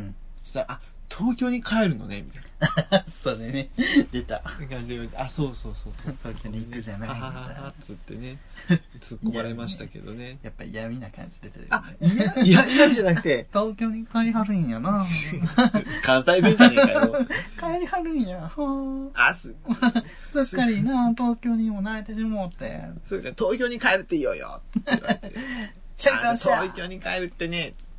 のうんそしたら「あ東京に帰るのね」みたい それね出なた感じで言われて「あそうそうそう東京に行くじゃないあみたははいはな」っつって ね突っ込まれましたけどねやっぱ嫌味な感じ出てるよねあいやいやいやじゃなく て東京に帰りはるん やな帰関西弁じゃねえかよ。りはるんやはあ、す、あ すっかりな東京にも慣れてしもうってそうじゃん、東京に帰るっていいよよ。って言われて。シャリあタのンシャ東京に帰るってね。つって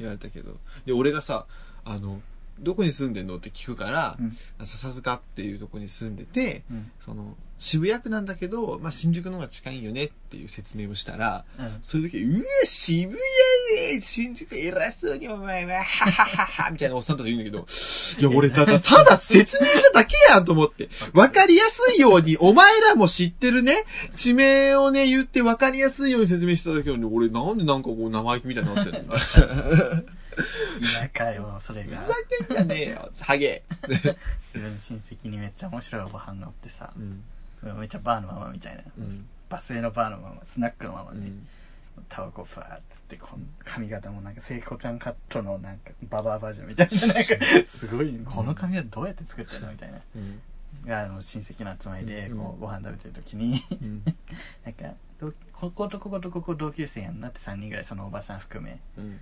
言われたけど。で、俺がさ、あの、どこに住んでんのって聞くから、うん笹塚っていうとこに住んでて、うんその、渋谷区なんだけど、まあ、新宿の方が近いよねっていう説明をしたら、うんそういう時、うわ、渋谷で、新宿偉そうにお前は、はははは、みたいなおっさんたち言うんだけど、いや、俺ただ、ただ説明しただけやんと思って、わかりやすいように、お前らも知ってるね、地名をね、言ってわかりやすいように説明しただけなのに、俺なんでなんかこう生意気みたいになってるのふ田舎よそれがざけんじゃねえよ、ハゲ。自分の親戚にめっちゃ面白いおばはんがおってさうん、めっちゃバーのママみたいな、うんバスへのバーのママスナックのママうね、ん、タバコファーってこの髪型もなんか聖子ちゃんカットのなんかババアバージョンみたいななんかすごいねこの髪はどうやって作ってるのみたいなうん、があの親戚の集まりでうんこうご飯食べてる時に うん、なんかどこことこことここ同級生やんなって3人ぐらいそのおばさん含めうん、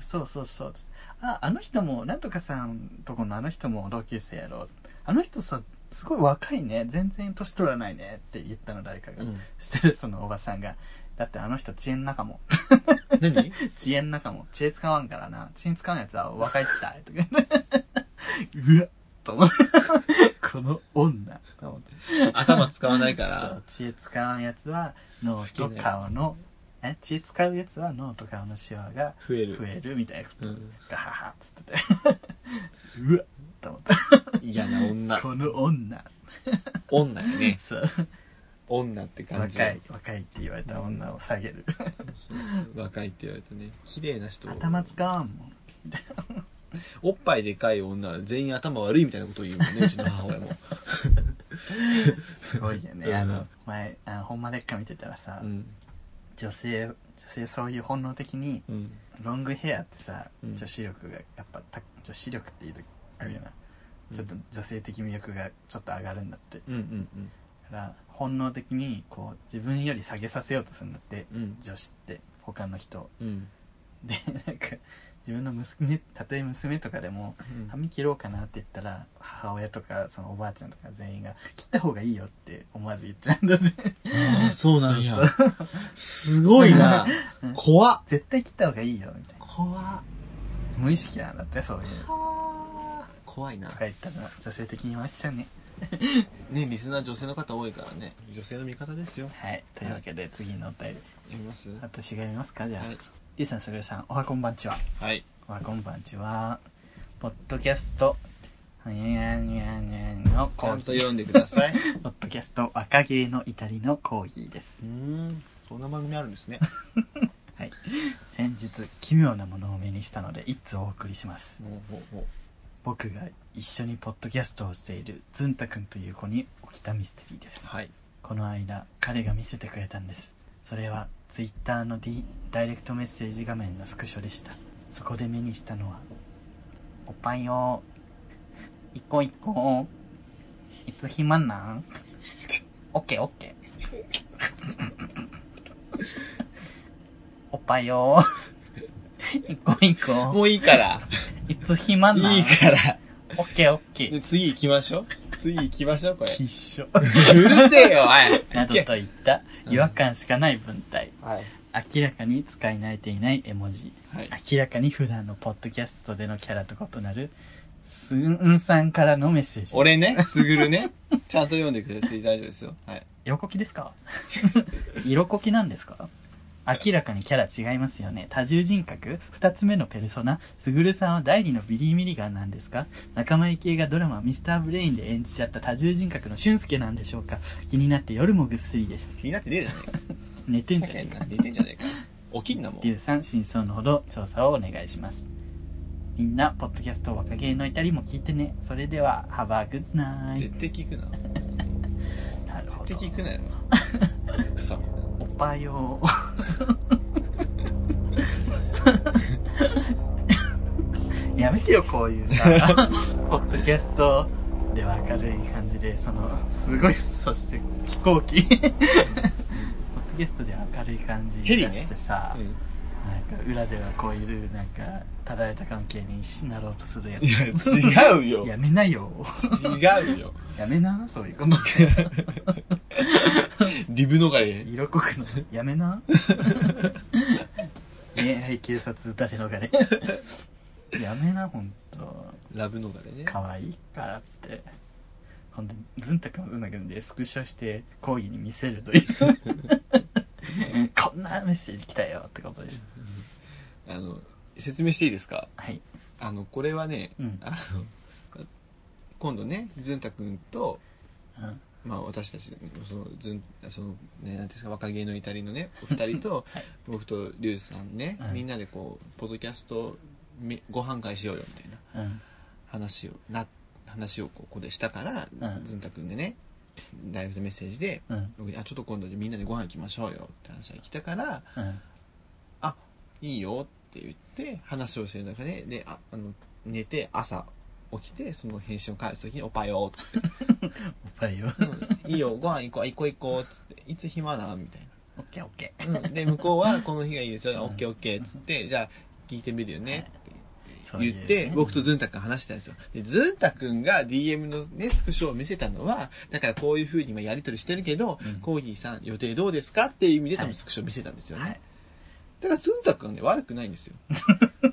そうそうそうつってああの人もなんとかさんとこのあの人も同級生やろあの人さすごい若いね全然年取らないねって言ったの誰かが、うん。そしたらそのおばさんが「だってあの人遅延仲間 何遅延仲間遅延使わんからな遅延使わんやつは若いってた」 とか言ってうわっと思って この女と思って頭使わないかそうら、知恵使わんやつは脳と顔のえ知恵使うやつは脳と顔のシワが増え増る。えるみたいなことうんガ ハハっつっててうわっと思っ嫌なた女。この女女やね。そう女って感じ。若い若いって言われた女を下げるそうそう若いって言われたね綺麗な人頭使わんもんおっぱいでかい女は全員頭悪いみたいなことを言うも んねうちの母親もすごいよね、うんあの前あのほんまでっか見てたらさ、うん女性女性そういう本能的にうんロングヘアってさ、うん女子力がやっぱた女子力っていうとあるよな、ちょっと女性的魅力がちょっと上がるんだってうんうんうんだから本能的にこう自分より下げさせようとするんだってうん女子って他の人をうんで なんか自分の娘たとえ娘とかでも髪切ろうかなって言ったら母親とかそのおばあちゃんとか全員が切った方がいいよって思わず言っちゃうんだって ああそうなんやそうそうすごいな怖っ絶対切った方がいいよみたいな怖っ無意識なんだってそういうはー怖いなとか言ったら女性的に回しちゃうねねリスナー女性の方多いからね女性の味方ですよはいというわけで次のお便り読みますは私が読みますかじゃあ、いりさんすぐるさんおはこんばんちははいおはこんばんちはポッドキャストはにゃにゃにゃにゃのちコゃーんギとー読んでくださいポッドキャスト若芸の至りのコーギーですうーんそんな番組あるんですねはい、先日奇妙なものを目にしたので一通お送りしますもうもうもう僕が一緒にポッドキャストをしているズンタ君という子に起きたミステリーです、はいこの間彼が見せてくれたんですそれは Twitter の、D、ダイレクトメッセージ画面のスクショでしたそこで目にしたのは「おっぱいよーいこいこーいつ暇なんオッケーオッケーおっぱいよーいこいこもういいからーいつ暇なんいいからオッケーオッケーで次行きましょう次行きましょうこれきっしょうるせえよおいなどといった違和感しかない文体はい明らかに使い慣れていない絵文字はい明らかに普段のポッドキャストでのキャラと異なるスンさんからのメッセージ俺ねすぐるねちゃんと読んでください大丈夫ですよはい色こきですか 色こきなんですか明らかにキャラ違いますよね多重人格二つ目のペルソナすぐるさんは第二のビリー・ミリガンなんですか仲間由紀恵がドラマ「ミスターブレインで演じちゃった多重人格の俊介なんでしょうか気になって夜もぐっすりです気になってねえじゃねえか寝てんじゃねえか寝てんじゃねえか起きんなもんリュウさん、真相のほど調査をお願いします。みんな、ポッドキャスト若芸の至りも聞いてね。それでは、ハバーグッナイ絶対聞くななるほ絶ど。対聞くなよクソみたいなおっぱよ ー。やめてよ、こういうさ、ポッドキャストでは明るい感じで、その、すごい、そして飛行 機。ポッドキャストでは明るい感じヘリね出してさ、うんなんか裏ではこういうなんかただれた関係になろうとするやいつや違うよ やめなよ違うよやめなそういうことリブ逃れ色濃くのやめ なねはい警察誰のがれやめなほんとラブ逃れね可愛いからってほんとずんたくんもずんたくんでスクショして講義に見せる というこんなメッセージ来たよってことでしょあの説明していいですかはいあのこれはねうんあの今度ねずんたくんとうんまあ、私たちそのずんその、ね、なんていうんですか若気の至りのねお二人と、 はい僕とリュウジさんね、はいみんなでこうポッドキャストめご飯会しようよみたいなうん話をな話をこうここでしたから、うんずんたくんでねダイレクトメッセージでうん僕にあちょっと今度みんなでご飯行きましょうよって話が来たからうんいいよって言って話をしてる中ででああの寝て朝起きてその返信を返す時に「おぱよ」っておっぱいよ「いいよご飯行こう行こう行こう」っつって「いつ暇な?」みたいな。オッケーオッケーうんで向こうは「この日がいいですよ」うんオッケーオッケー」っつって「じゃあ聞いてみるよね」そうい言うって、ね僕とズンタ君話してたんですよ。で、ズンタ君が DM のね、スクショを見せたのは、だからこういう風に今やり取りしてるけど、うんコーギーさん予定どうですかっていう意味で多は分いスクショを見せたんですよね。はいだからズンタ君はね、悪くないん ですよ。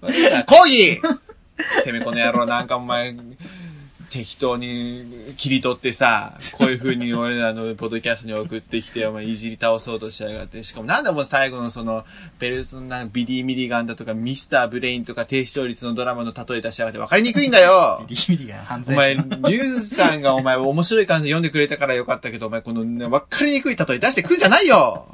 悪いから、コーギーてめえこの野郎なんかお前、適当に切り取ってさ、こういう風に俺らのポッドキャストに送ってきて、お前いじり倒そうとしやがって、しかもなんでも最後のその、ペルソナ、ビディ・ミリガンだとか、ミスター・ブレインとか、低視聴率のドラマの例え出しやがって分かりにくいんだよビリビリが犯お罪前、者リュウさんがお前面白い感じで読んでくれたからよかったけど、お前このね、分かりにくい例え出してくんじゃないよ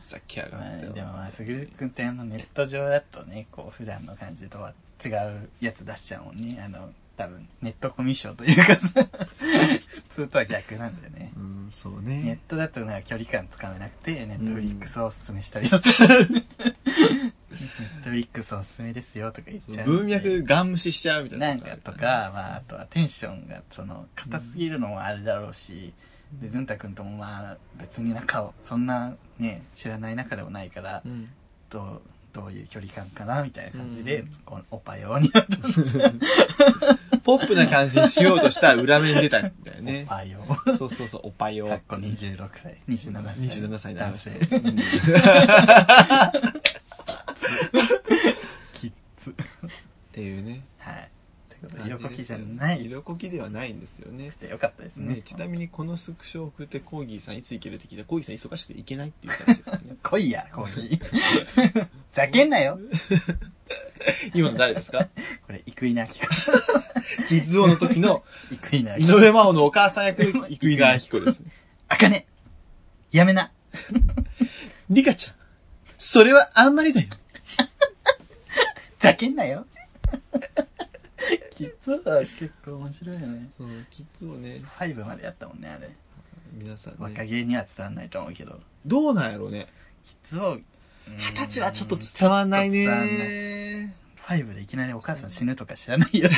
さっきやがまあって。でもまあすぐるくんってあのネット上だとねこう普段の感じとは違うやつ出しちゃうもんねあの多分、ネットコミュ障というかさ、 普通とは逆なんだよね。うん、そうネッね。トだとなんか距離感つかめなくて、ネットフリックスをおすすめしたりする。 ネットフリックスおすすめですよとか言っちゃう。文脈ガン無視しちゃうみたいな。なんかとか、まあ、あとはテンションが、その、硬すぎるのもあれだろうし、で、ずんたくんともまあ、別に仲を、そんなね、知らない仲でもないからう、ん。どう、どういう距離感かな、みたいな感じで、うんこうおぱようになった。 ポップな感じにしようとした裏面出たんだよお ね。ぱよ。そうそうそう、おっぱいうをかっ。こ26歳、27歳。 27歳になり男まし性。た。うんキッズ。っていうね。はい。ということで、色こきじゃない。色こきではないんですよね。でよかったですね。ね、ちなみにこのスクショを送ってコーギーさんいつ行けるって聞いたらコーギーさん忙しくて行けないっていう話ですよ ね来いや、コー ヒー。ざけんなよ。今の誰ですか これ、イクイナキコ。キッズ王の時のイクイナ井キコ。上真央のお母さん役の生稲晃子ですねあかね。やめな。リカちゃんそれはあんまりだよざけんなよ。キッズは結構面白いよね。そのキッズ王ね5までやったもんね、あれ。皆さん若ね気には伝わんないと思うけど。どうなんやろうねキッズを、二十歳はちょっと伝わんない伝わんないね5でいきなりお母さん死ぬとか知らないよ。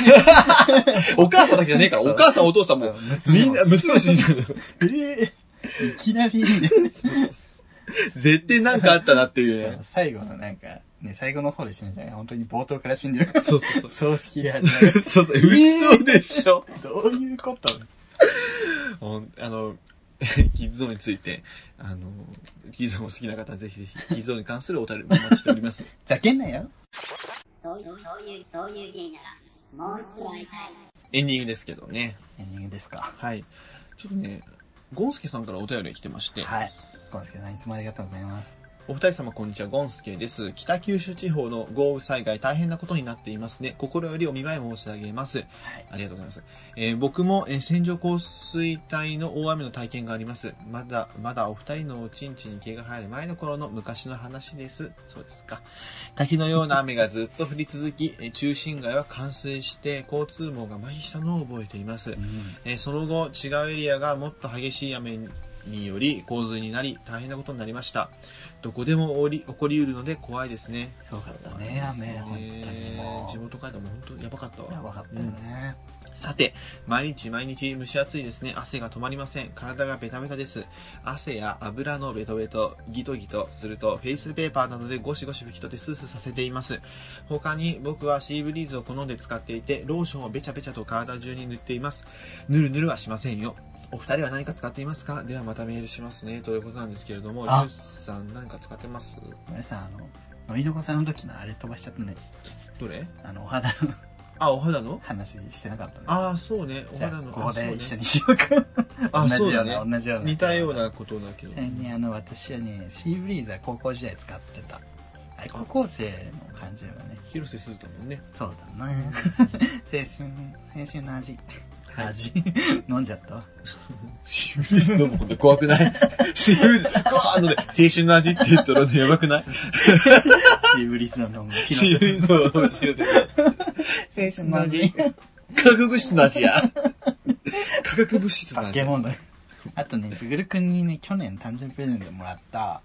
お母さんだけじゃねえからそうお母さんお父さんも娘みんな娘娘。も死んじゃうのえーいきなり、絶対なんかあったなっていうしかねも最後のなんか、ね、最後の方で死ぬじゃない本当に冒頭から死んでるから。そうそうそう葬式で始まる。嘘嘘でしょ。そういうことほんあの、キッズゾーンについて、あの、キッズゾーンお好きな方はぜひぜひ、キッズゾーンに関するお便りもお待ちしております。ざけんなよ。そういう、そういう、そういう芸なら、もう一度会いたい。エンディングですけどね。エンディングですか。はい。ちょっとね、ゴンスケさんからお便りが来てまして、はい。ゴンスケさんいつもありがとうございます。お二人様こんにちは、ゴンスケです。北九州地方の豪雨災害大変なことになっていますね。心よりお見舞い申し上げます。ありがとうございます。えー僕も、えー線状降水帯の大雨の体験があります。まだ、まだお二人のおちんちんに毛が生える前の頃の昔の話です。そうですか。滝のような雨がずっと降り続き、えー中心街は冠水して交通網が麻痺したのを覚えていますう。ん。えーその後、違うエリアがもっと激しい雨により洪水になり大変なことになりました。どこでも起こり起こりうるので怖いですね。すごかったね、雨。本当にもう。地元帰ったらもう本当やばかったわ。やばかったよね。さて、毎日毎日蒸し暑いですね。汗が止まりません。体がベタベタです。汗や油のベトベト、ギトギトすると、フェイスペーパーなどでゴシゴシ拭き取ってスースーさせています。他に僕はシーブリーズを好んで使っていて、ローションをべちゃべちゃと体中に塗っています。ぬるぬるはしませんよ。お二人は何か使っていますかではまたメールしますね。ということなんですけれども、あゆうさん何か使ってます俺さ、あの、ノイドコさんの時のあれ飛ばしちゃったね。どれあの、お肌のあ、お肌の話してなかったね。ああ、そうね。おじゃ肌あの。ここで一緒に。にしようか。あ、同そうじだような、ね。同じような。似たようなことだけど。ちなみにあの私はねシーブリーズは高校時代使ってたあれ高校生の感じはね広瀬すずだもんね。そうだな青春青春の味、味 飲んじ ゃったわシーブリーズ飲むこと怖く ないシーブリーズ、怖ーあのね、青春の味って言ったらね、やばくないシーブリーズの飲むシーブリーズを飲む広瀬すず。青春の味化学物質の味や。化学物質の味化け物 あとねすぐるくんにね去年誕生日プレゼントでもらった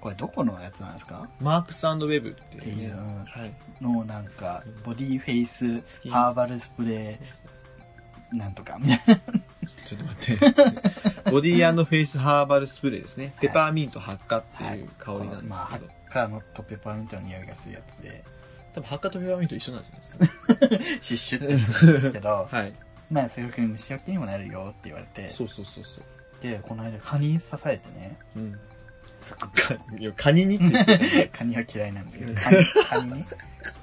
これどこのやつなんですかマークスウェブっていうっていね。うはい。のなんかボディフェイススキンハーバルスプレーなんとかみたいなちょっと待って。ボディーフェイスハーバルスプレーですね。ペパーミント発火っていう香りなんですけど。まあハッカーのトッペパーミントの匂いがするやつ で多分発火とペパーミント一緒なんじゃないですか。シュッシュってするんですけど、はい。まあ、すごく虫よけにもなるよって言われて、そうそうそうそう。で、この間カニに刺されて ね、うん。すっごカニいや、カニにって言ってくカニは嫌いなんですけど、カニ、カニね、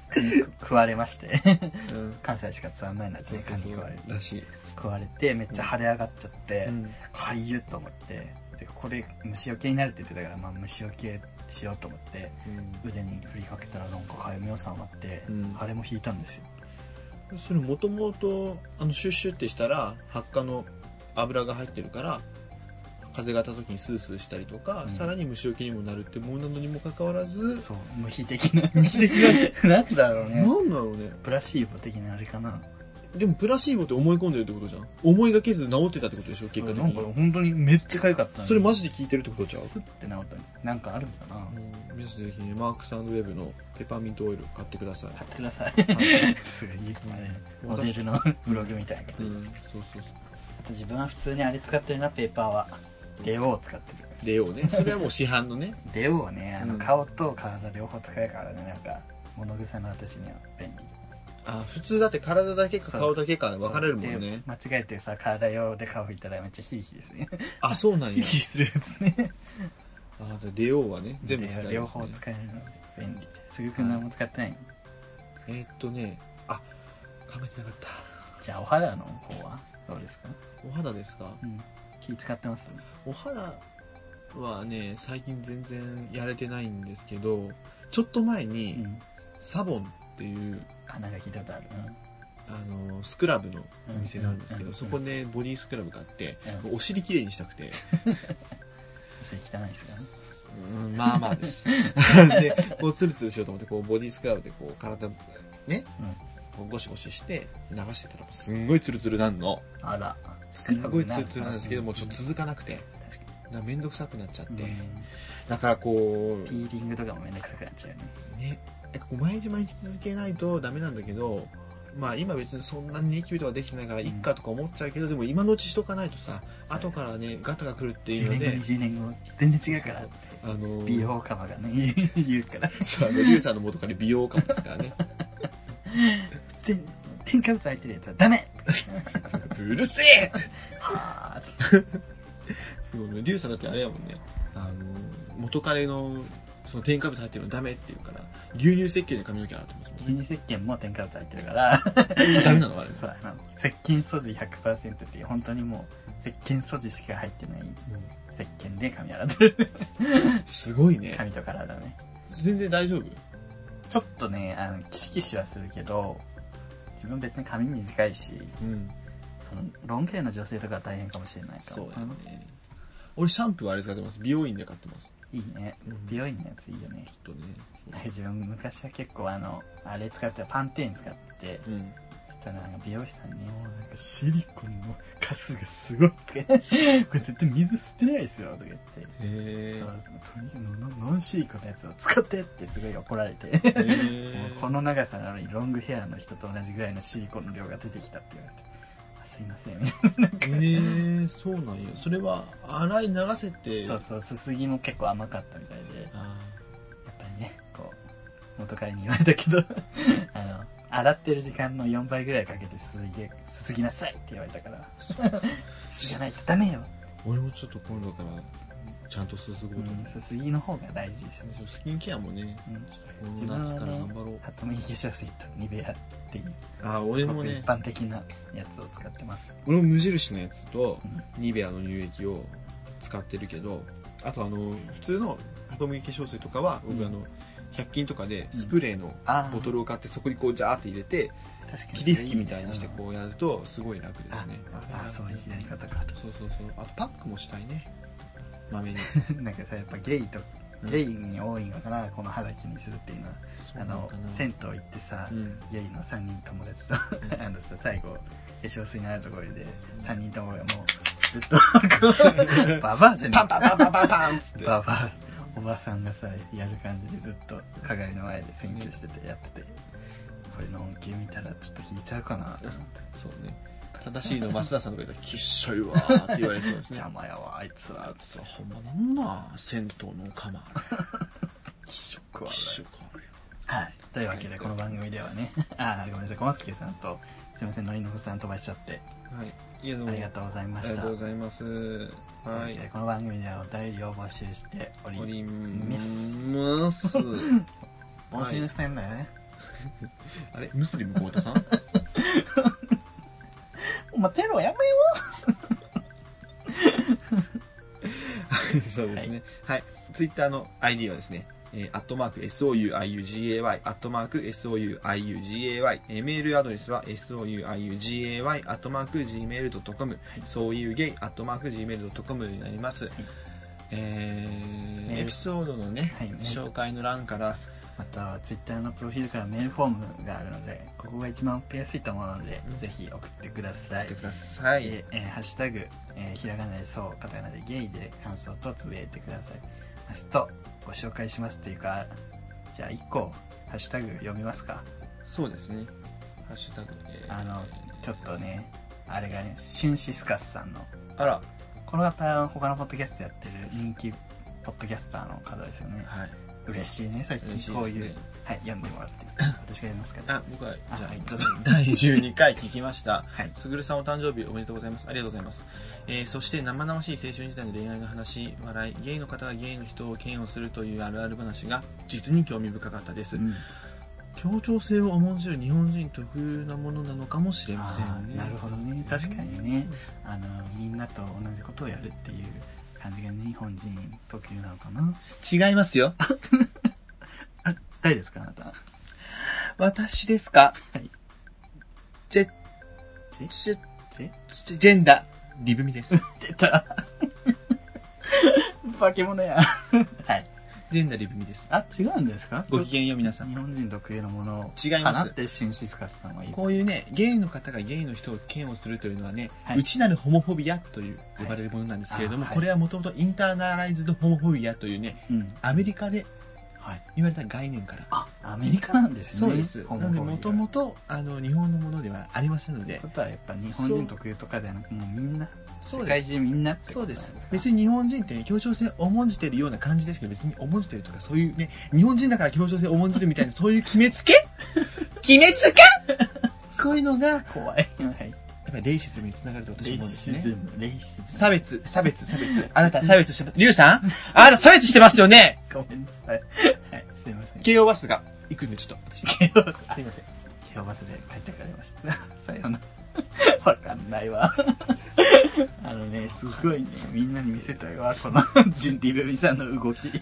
カニ食われまして、 た。うん。関西しか伝わんないんだけどね、カニ食われる。らしい。食われて、めっちゃ腫れ上がっちゃって、うん。かゆっと思って、で、これ虫よけになるって言ってたから、まあ虫よけしようと思って、腕に振りかけたらなんかかゆみをさんあって、うん腫れも引いたんですよ。それもともとあのシュッシュってしたら発火の油が入ってるから風が当たった時にスースーしたりとか、うんさらに虫除けにもなるってもうなのにもかかわらずそう、無比的な。 無比的な。なんだろうね。なんだろうねプラシーボ的なあれかなでもプラシーボって思い込んでるってことじゃん思いがけず治ってたってことでしょ結果的なんかに本当にめっちゃ痒かったのにそれマジで聞いてるってことちゃうスッて治ったのなんかあるんだなうん皆さんぜひねマークスウェブのペパーミントオイル買ってください買ってください はすごい言ううモんデルのブログみたいなことう言うんですそうそうそあと自分は普通にあれ使ってるなペーパーはデオを使ってるうレオねそれはもう市販の ねデオはねあうのん顔と体両方使うからねなんか物臭の私には便利あ普通だって体だけか顔だけか分かれるもんねそうで間違えてさ体用で顔拭いたらめっちゃヒリヒリす るあそうなん ヒリやヒリするやつねあじゃあレオはね全部使える、でね、両方使えるので便利すぐくん何も使ってないのえーっとねあ考えてなかったじゃあお肌の方はどうですかお肌ですかうん気使ってますお肌はね最近全然やれてないんですけどちょっと前うにんサボンっていうあなんか聞いたことあるあのスクラブのお店があるんですけうんどそこでボディスクラブ買ってうんお尻きれいにしたく てそれ汚いですうんまあまあです でこうツルツルしようと思ってこうボディスクラブでこう体ねうんこうゴシゴシして流してたらすんごいツルツルなんのからあらすんごいツルツルなんですけどもちょっと続かなくて確かなんかめんどくさくなっちゃってにだからこうピーリングとかもめんどくさくなっちゃうよねね、なんかこう毎日毎日続けないとダメなんだけど、まあ今別にそんなにニキビとかできてないからいっかとか思っちゃうけど、でも今のうちしとかないとさ、そう後からね、ガタが来るっていう10の年後で、 20年後全然違うからってあの美容カマがね 言うからそうあの、リュウさんの元から美容家ですから ね。全添加物入ってるやつはダメうるせえはあそうね、リュウさんだってあれやもんね、あの、元彼の、その添加物入ってるのダメっていうから、牛乳石鹸で髪の毛洗ってますもん 牛乳石鹸も添加物入ってるからダメなのあれそうあの石鹸素地100%っていう本当にもう石鹸素地しか入ってない石鹸で髪 洗ってるすごいね。髪と体をね全然大丈夫ちょっとねあのキシキシはするけど自分別に髪短いしうん。そのロン毛の女性とかは大変かもしれないからそうやね。俺シャンプーはあれ使ってます。美容院で買ってます。いいねうん美容院のやついいよねちょっとね。自分昔は結構あのあれ使ってたパンテーン使ってうん。そしたらなんか美容師さんに「もうなんかシリコンのカスがす ごい」とか言って「これ絶対水吸ってないですよ」とか言って。へえそうとにかくノノンシリコンのやつを使ってってすごい怒 られて、もうこの長さなのにロングヘアの人と同じぐらいのシリコンの量が出てきたって言われて「あすいません」みたいえそうなんや。それは、洗い流せて。なそうそうすすぎも結構甘かったみたいでやっあぱりねこう元彼に言われたけど あの洗ってる時間の4倍ぐらいかけてすすぎすすぎなさいって言われたからーそう すすがないとダメよ俺もちょっと今度から、ちゃんとすすごうと思うん、すすぎの方が大事です、うスキンケアもね、うん、この夏から頑張ろう。頭いい化粧水とニベアっていうあー、俺ごもく一ね、般的なやつを使ってます、俺も無印のやつとう、んニベアの乳液を使ってるけど、あとあの、普通のハトムギ化粧水とかは、う僕んあの、100均とかでスプレーのああボトルを買ってそこにこうジャーって入れて確かに霧吹きみたいにしてうこうやるとすごい楽ですねああそういうやり方か とそうそうそうあとパックもしたいねま めになんかさやっぱゲイとうんゲイに多いのかな、この肌気にするっていうのはそうあなのかな銭湯行ってさ、うんゲイの3人友達と あのさ最後化粧水のあるところで3人ともがもう ずっとこうババアじゃねえパンパかンパンパンパンパンっつってババアおばさんがさやる感じでずっと鏡の前で選挙しててやっててこれの恩恵見たらちょっと引いちゃうかなと思ってそうね正しいの増田さんとか言ったら「きっしょいわ」って言われそうです ね邪魔やわあいつあはいつはほんまなんな銭湯の カマあ一れ緒食きわっしょかはいというわけでこの番組ではねあーごめんなさい小松家さんとすいませんのりのこさん飛ばしちゃってはいいやどうもありがとうございまありしがたとうございますはというわけでいこの番組ではお便りを募集しておりおりミます 募集してんだよね、あれムスリム太田 さんお前テロやめよそうですね。はい。ツイッターの ID はですね、えー、アットマーク souiugay、アットマーク souiugay、えー、メールアドレスは souiugay、アットマーク gmail.com、sougay、アットマーク gmail.com になります。えメーー、ルエピソードのね、はい紹介の欄から、また Twitter のプロフィールからメールフォームがあるのでここが一番送りやすいと思うので、うんぜひ送ってくださいてください。で、えーハッシュタグ、えーひらがなでそうカタカナでゲイで感想とつぶやいてくださいますとご紹介しますっていうかじゃあ1個ハッシュタグ読みますかそうですね。ハッシュタグ、えーあのちょっとねあれがねシュンシスカスさんのあら、この方他のポッドキャストやってる人気ポッドキャスターの方ですよねはい。嬉しいね最嬉しい近こでうすいうね。はい読んでもらって私が読みますかじゃあ、僕は、じゃああ、はいどうぞ第12回聞きました。あはいすぐるさんお誕生日おめでとうございます。ありがとうございます。えーそして生々しい青春時代の恋愛の話、笑い、ゲイの方がゲイの人を嫌悪するというあるある話が実に興味深かったです。うん協調性を重んじる日本人特有なものなのかもしれませあんーね。なるほどね確かにねあのみんなと同じことをやるっていう感じがね日本人特有なのかな違いますよ。誰ですかあなた私ですかはいジェ、ジェジェ、チェジェジェンダー、リブミです。出た 化け物やはいジェンダーリブミです。あ違うんですかごきげんよう皆さん。日本人特有のものを違います放ってシンシスカスさんは言うこういうね、ゲイの方がゲイの人を嫌悪するというのはね、はい内なるホモフォビアという呼ばれるものなんですけれども、はいあーはいこれはもともとインターナライズドホモフォビアというね、うんアメリカではい言われた概念から。あアメリカなんですねそうです。なホモのフォビで、アもともと、あの、日本のものではありませんのってで、ことはやっぱ日本人特有とかではなくもうみんなそ世う界です。中みんなってこそうとでなんすですか別に日本人って協調性を重んじてるような感じですけど別に重んじてるとかそういうね日本人だから協調性を重んじるみたいなそういう決めつ け決めつけそういうのがやっ怖いはいぱりレイシズムにつながると私レは思うイんですシねズムレイシズ差ム別、差別、差別。あなた差別してます。リュウさんあなた差別してますよねごめんなさいはいすいません慶応バスが行くんで、ちょっと私。京王すいません。京王バスで帰ってかれましたさようなら わかんないわあのねすごいねみんなに見せたいわこの ジンリベミさんの動き気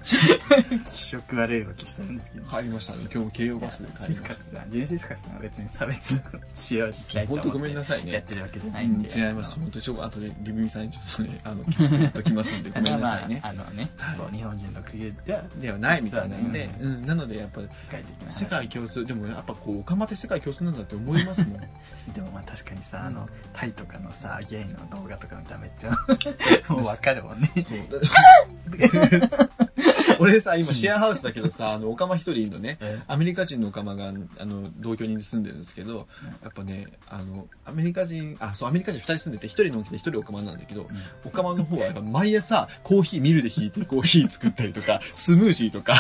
色悪い動きしてるんですけど帰りましたね。今日も慶応バスで帰りシまスカしスさんジュンシスカスさんは別に差別使用したた。いと本当ご思めっんてなさいやっね。てるわけじゃうないんんで違います。あの本当ちょっと後でリブミさんにちょっとね、あの、気をつけときますんで、ごためだんな まさあいね。あのねこう日本人の国ではではないみたいなんで、実うん、なのでやっぱり、世界的な話世界共通、でもやっぱこう、オカマって世界共通なんだって思います もん。でもまあ確かにさ、うんあのタイとかのさゲイの動画とか見たらめっ ちゃもうわかるもんねそう 俺さ、今シェアハウスだけどさ、あの、オカマ一人いるのね。アメリカ人のオカマがあの同居人で住んでるんですけど、やっぱねあのアメリカ人あそうアメリカ人2人住んでて1人のおきで1人オカマなんだけどオカマの方はやっぱ毎朝コーヒーミルで引いてコーヒー作ったりとかスムージー とか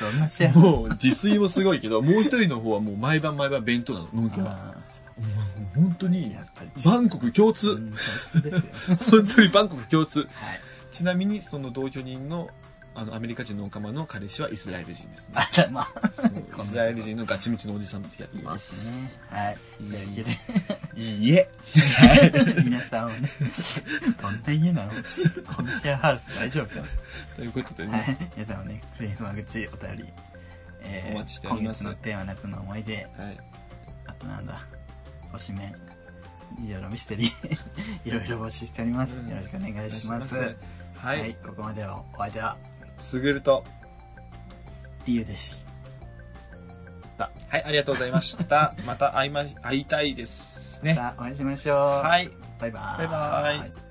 どんなシェアハウもう自炊もすごいけどもう1人の方はもう毎晩毎晩弁当なの農ス家はあもう本当ーにやっぱりバンコク共う通んそうですよ本当にバンコク共通はいちなみにその同居人のあのアメリカ人のオカマの彼氏はイスラエル人ですねあらまあそうイスラエル人のガチムチのおじさんと付き合っていいまですすねはいいとやいうわいけやでいいえ。皆さんをねどんな家なのこのシェアハウス大丈夫かということではね、い皆さんもねフレーム口お便りえーお待ちしております今月のテーマ夏の思い出はい、あとなんだ、推しメン、以上のミステリー、 いろいろ募集しております。うんよろしくお願いします。お願いしははいい、、ここまではお相手は、すぐると。リュウです。はい、ありがとうございました。また会いま、会いたいですまね。たお会いしましょう。はい。バイバーバイバーイ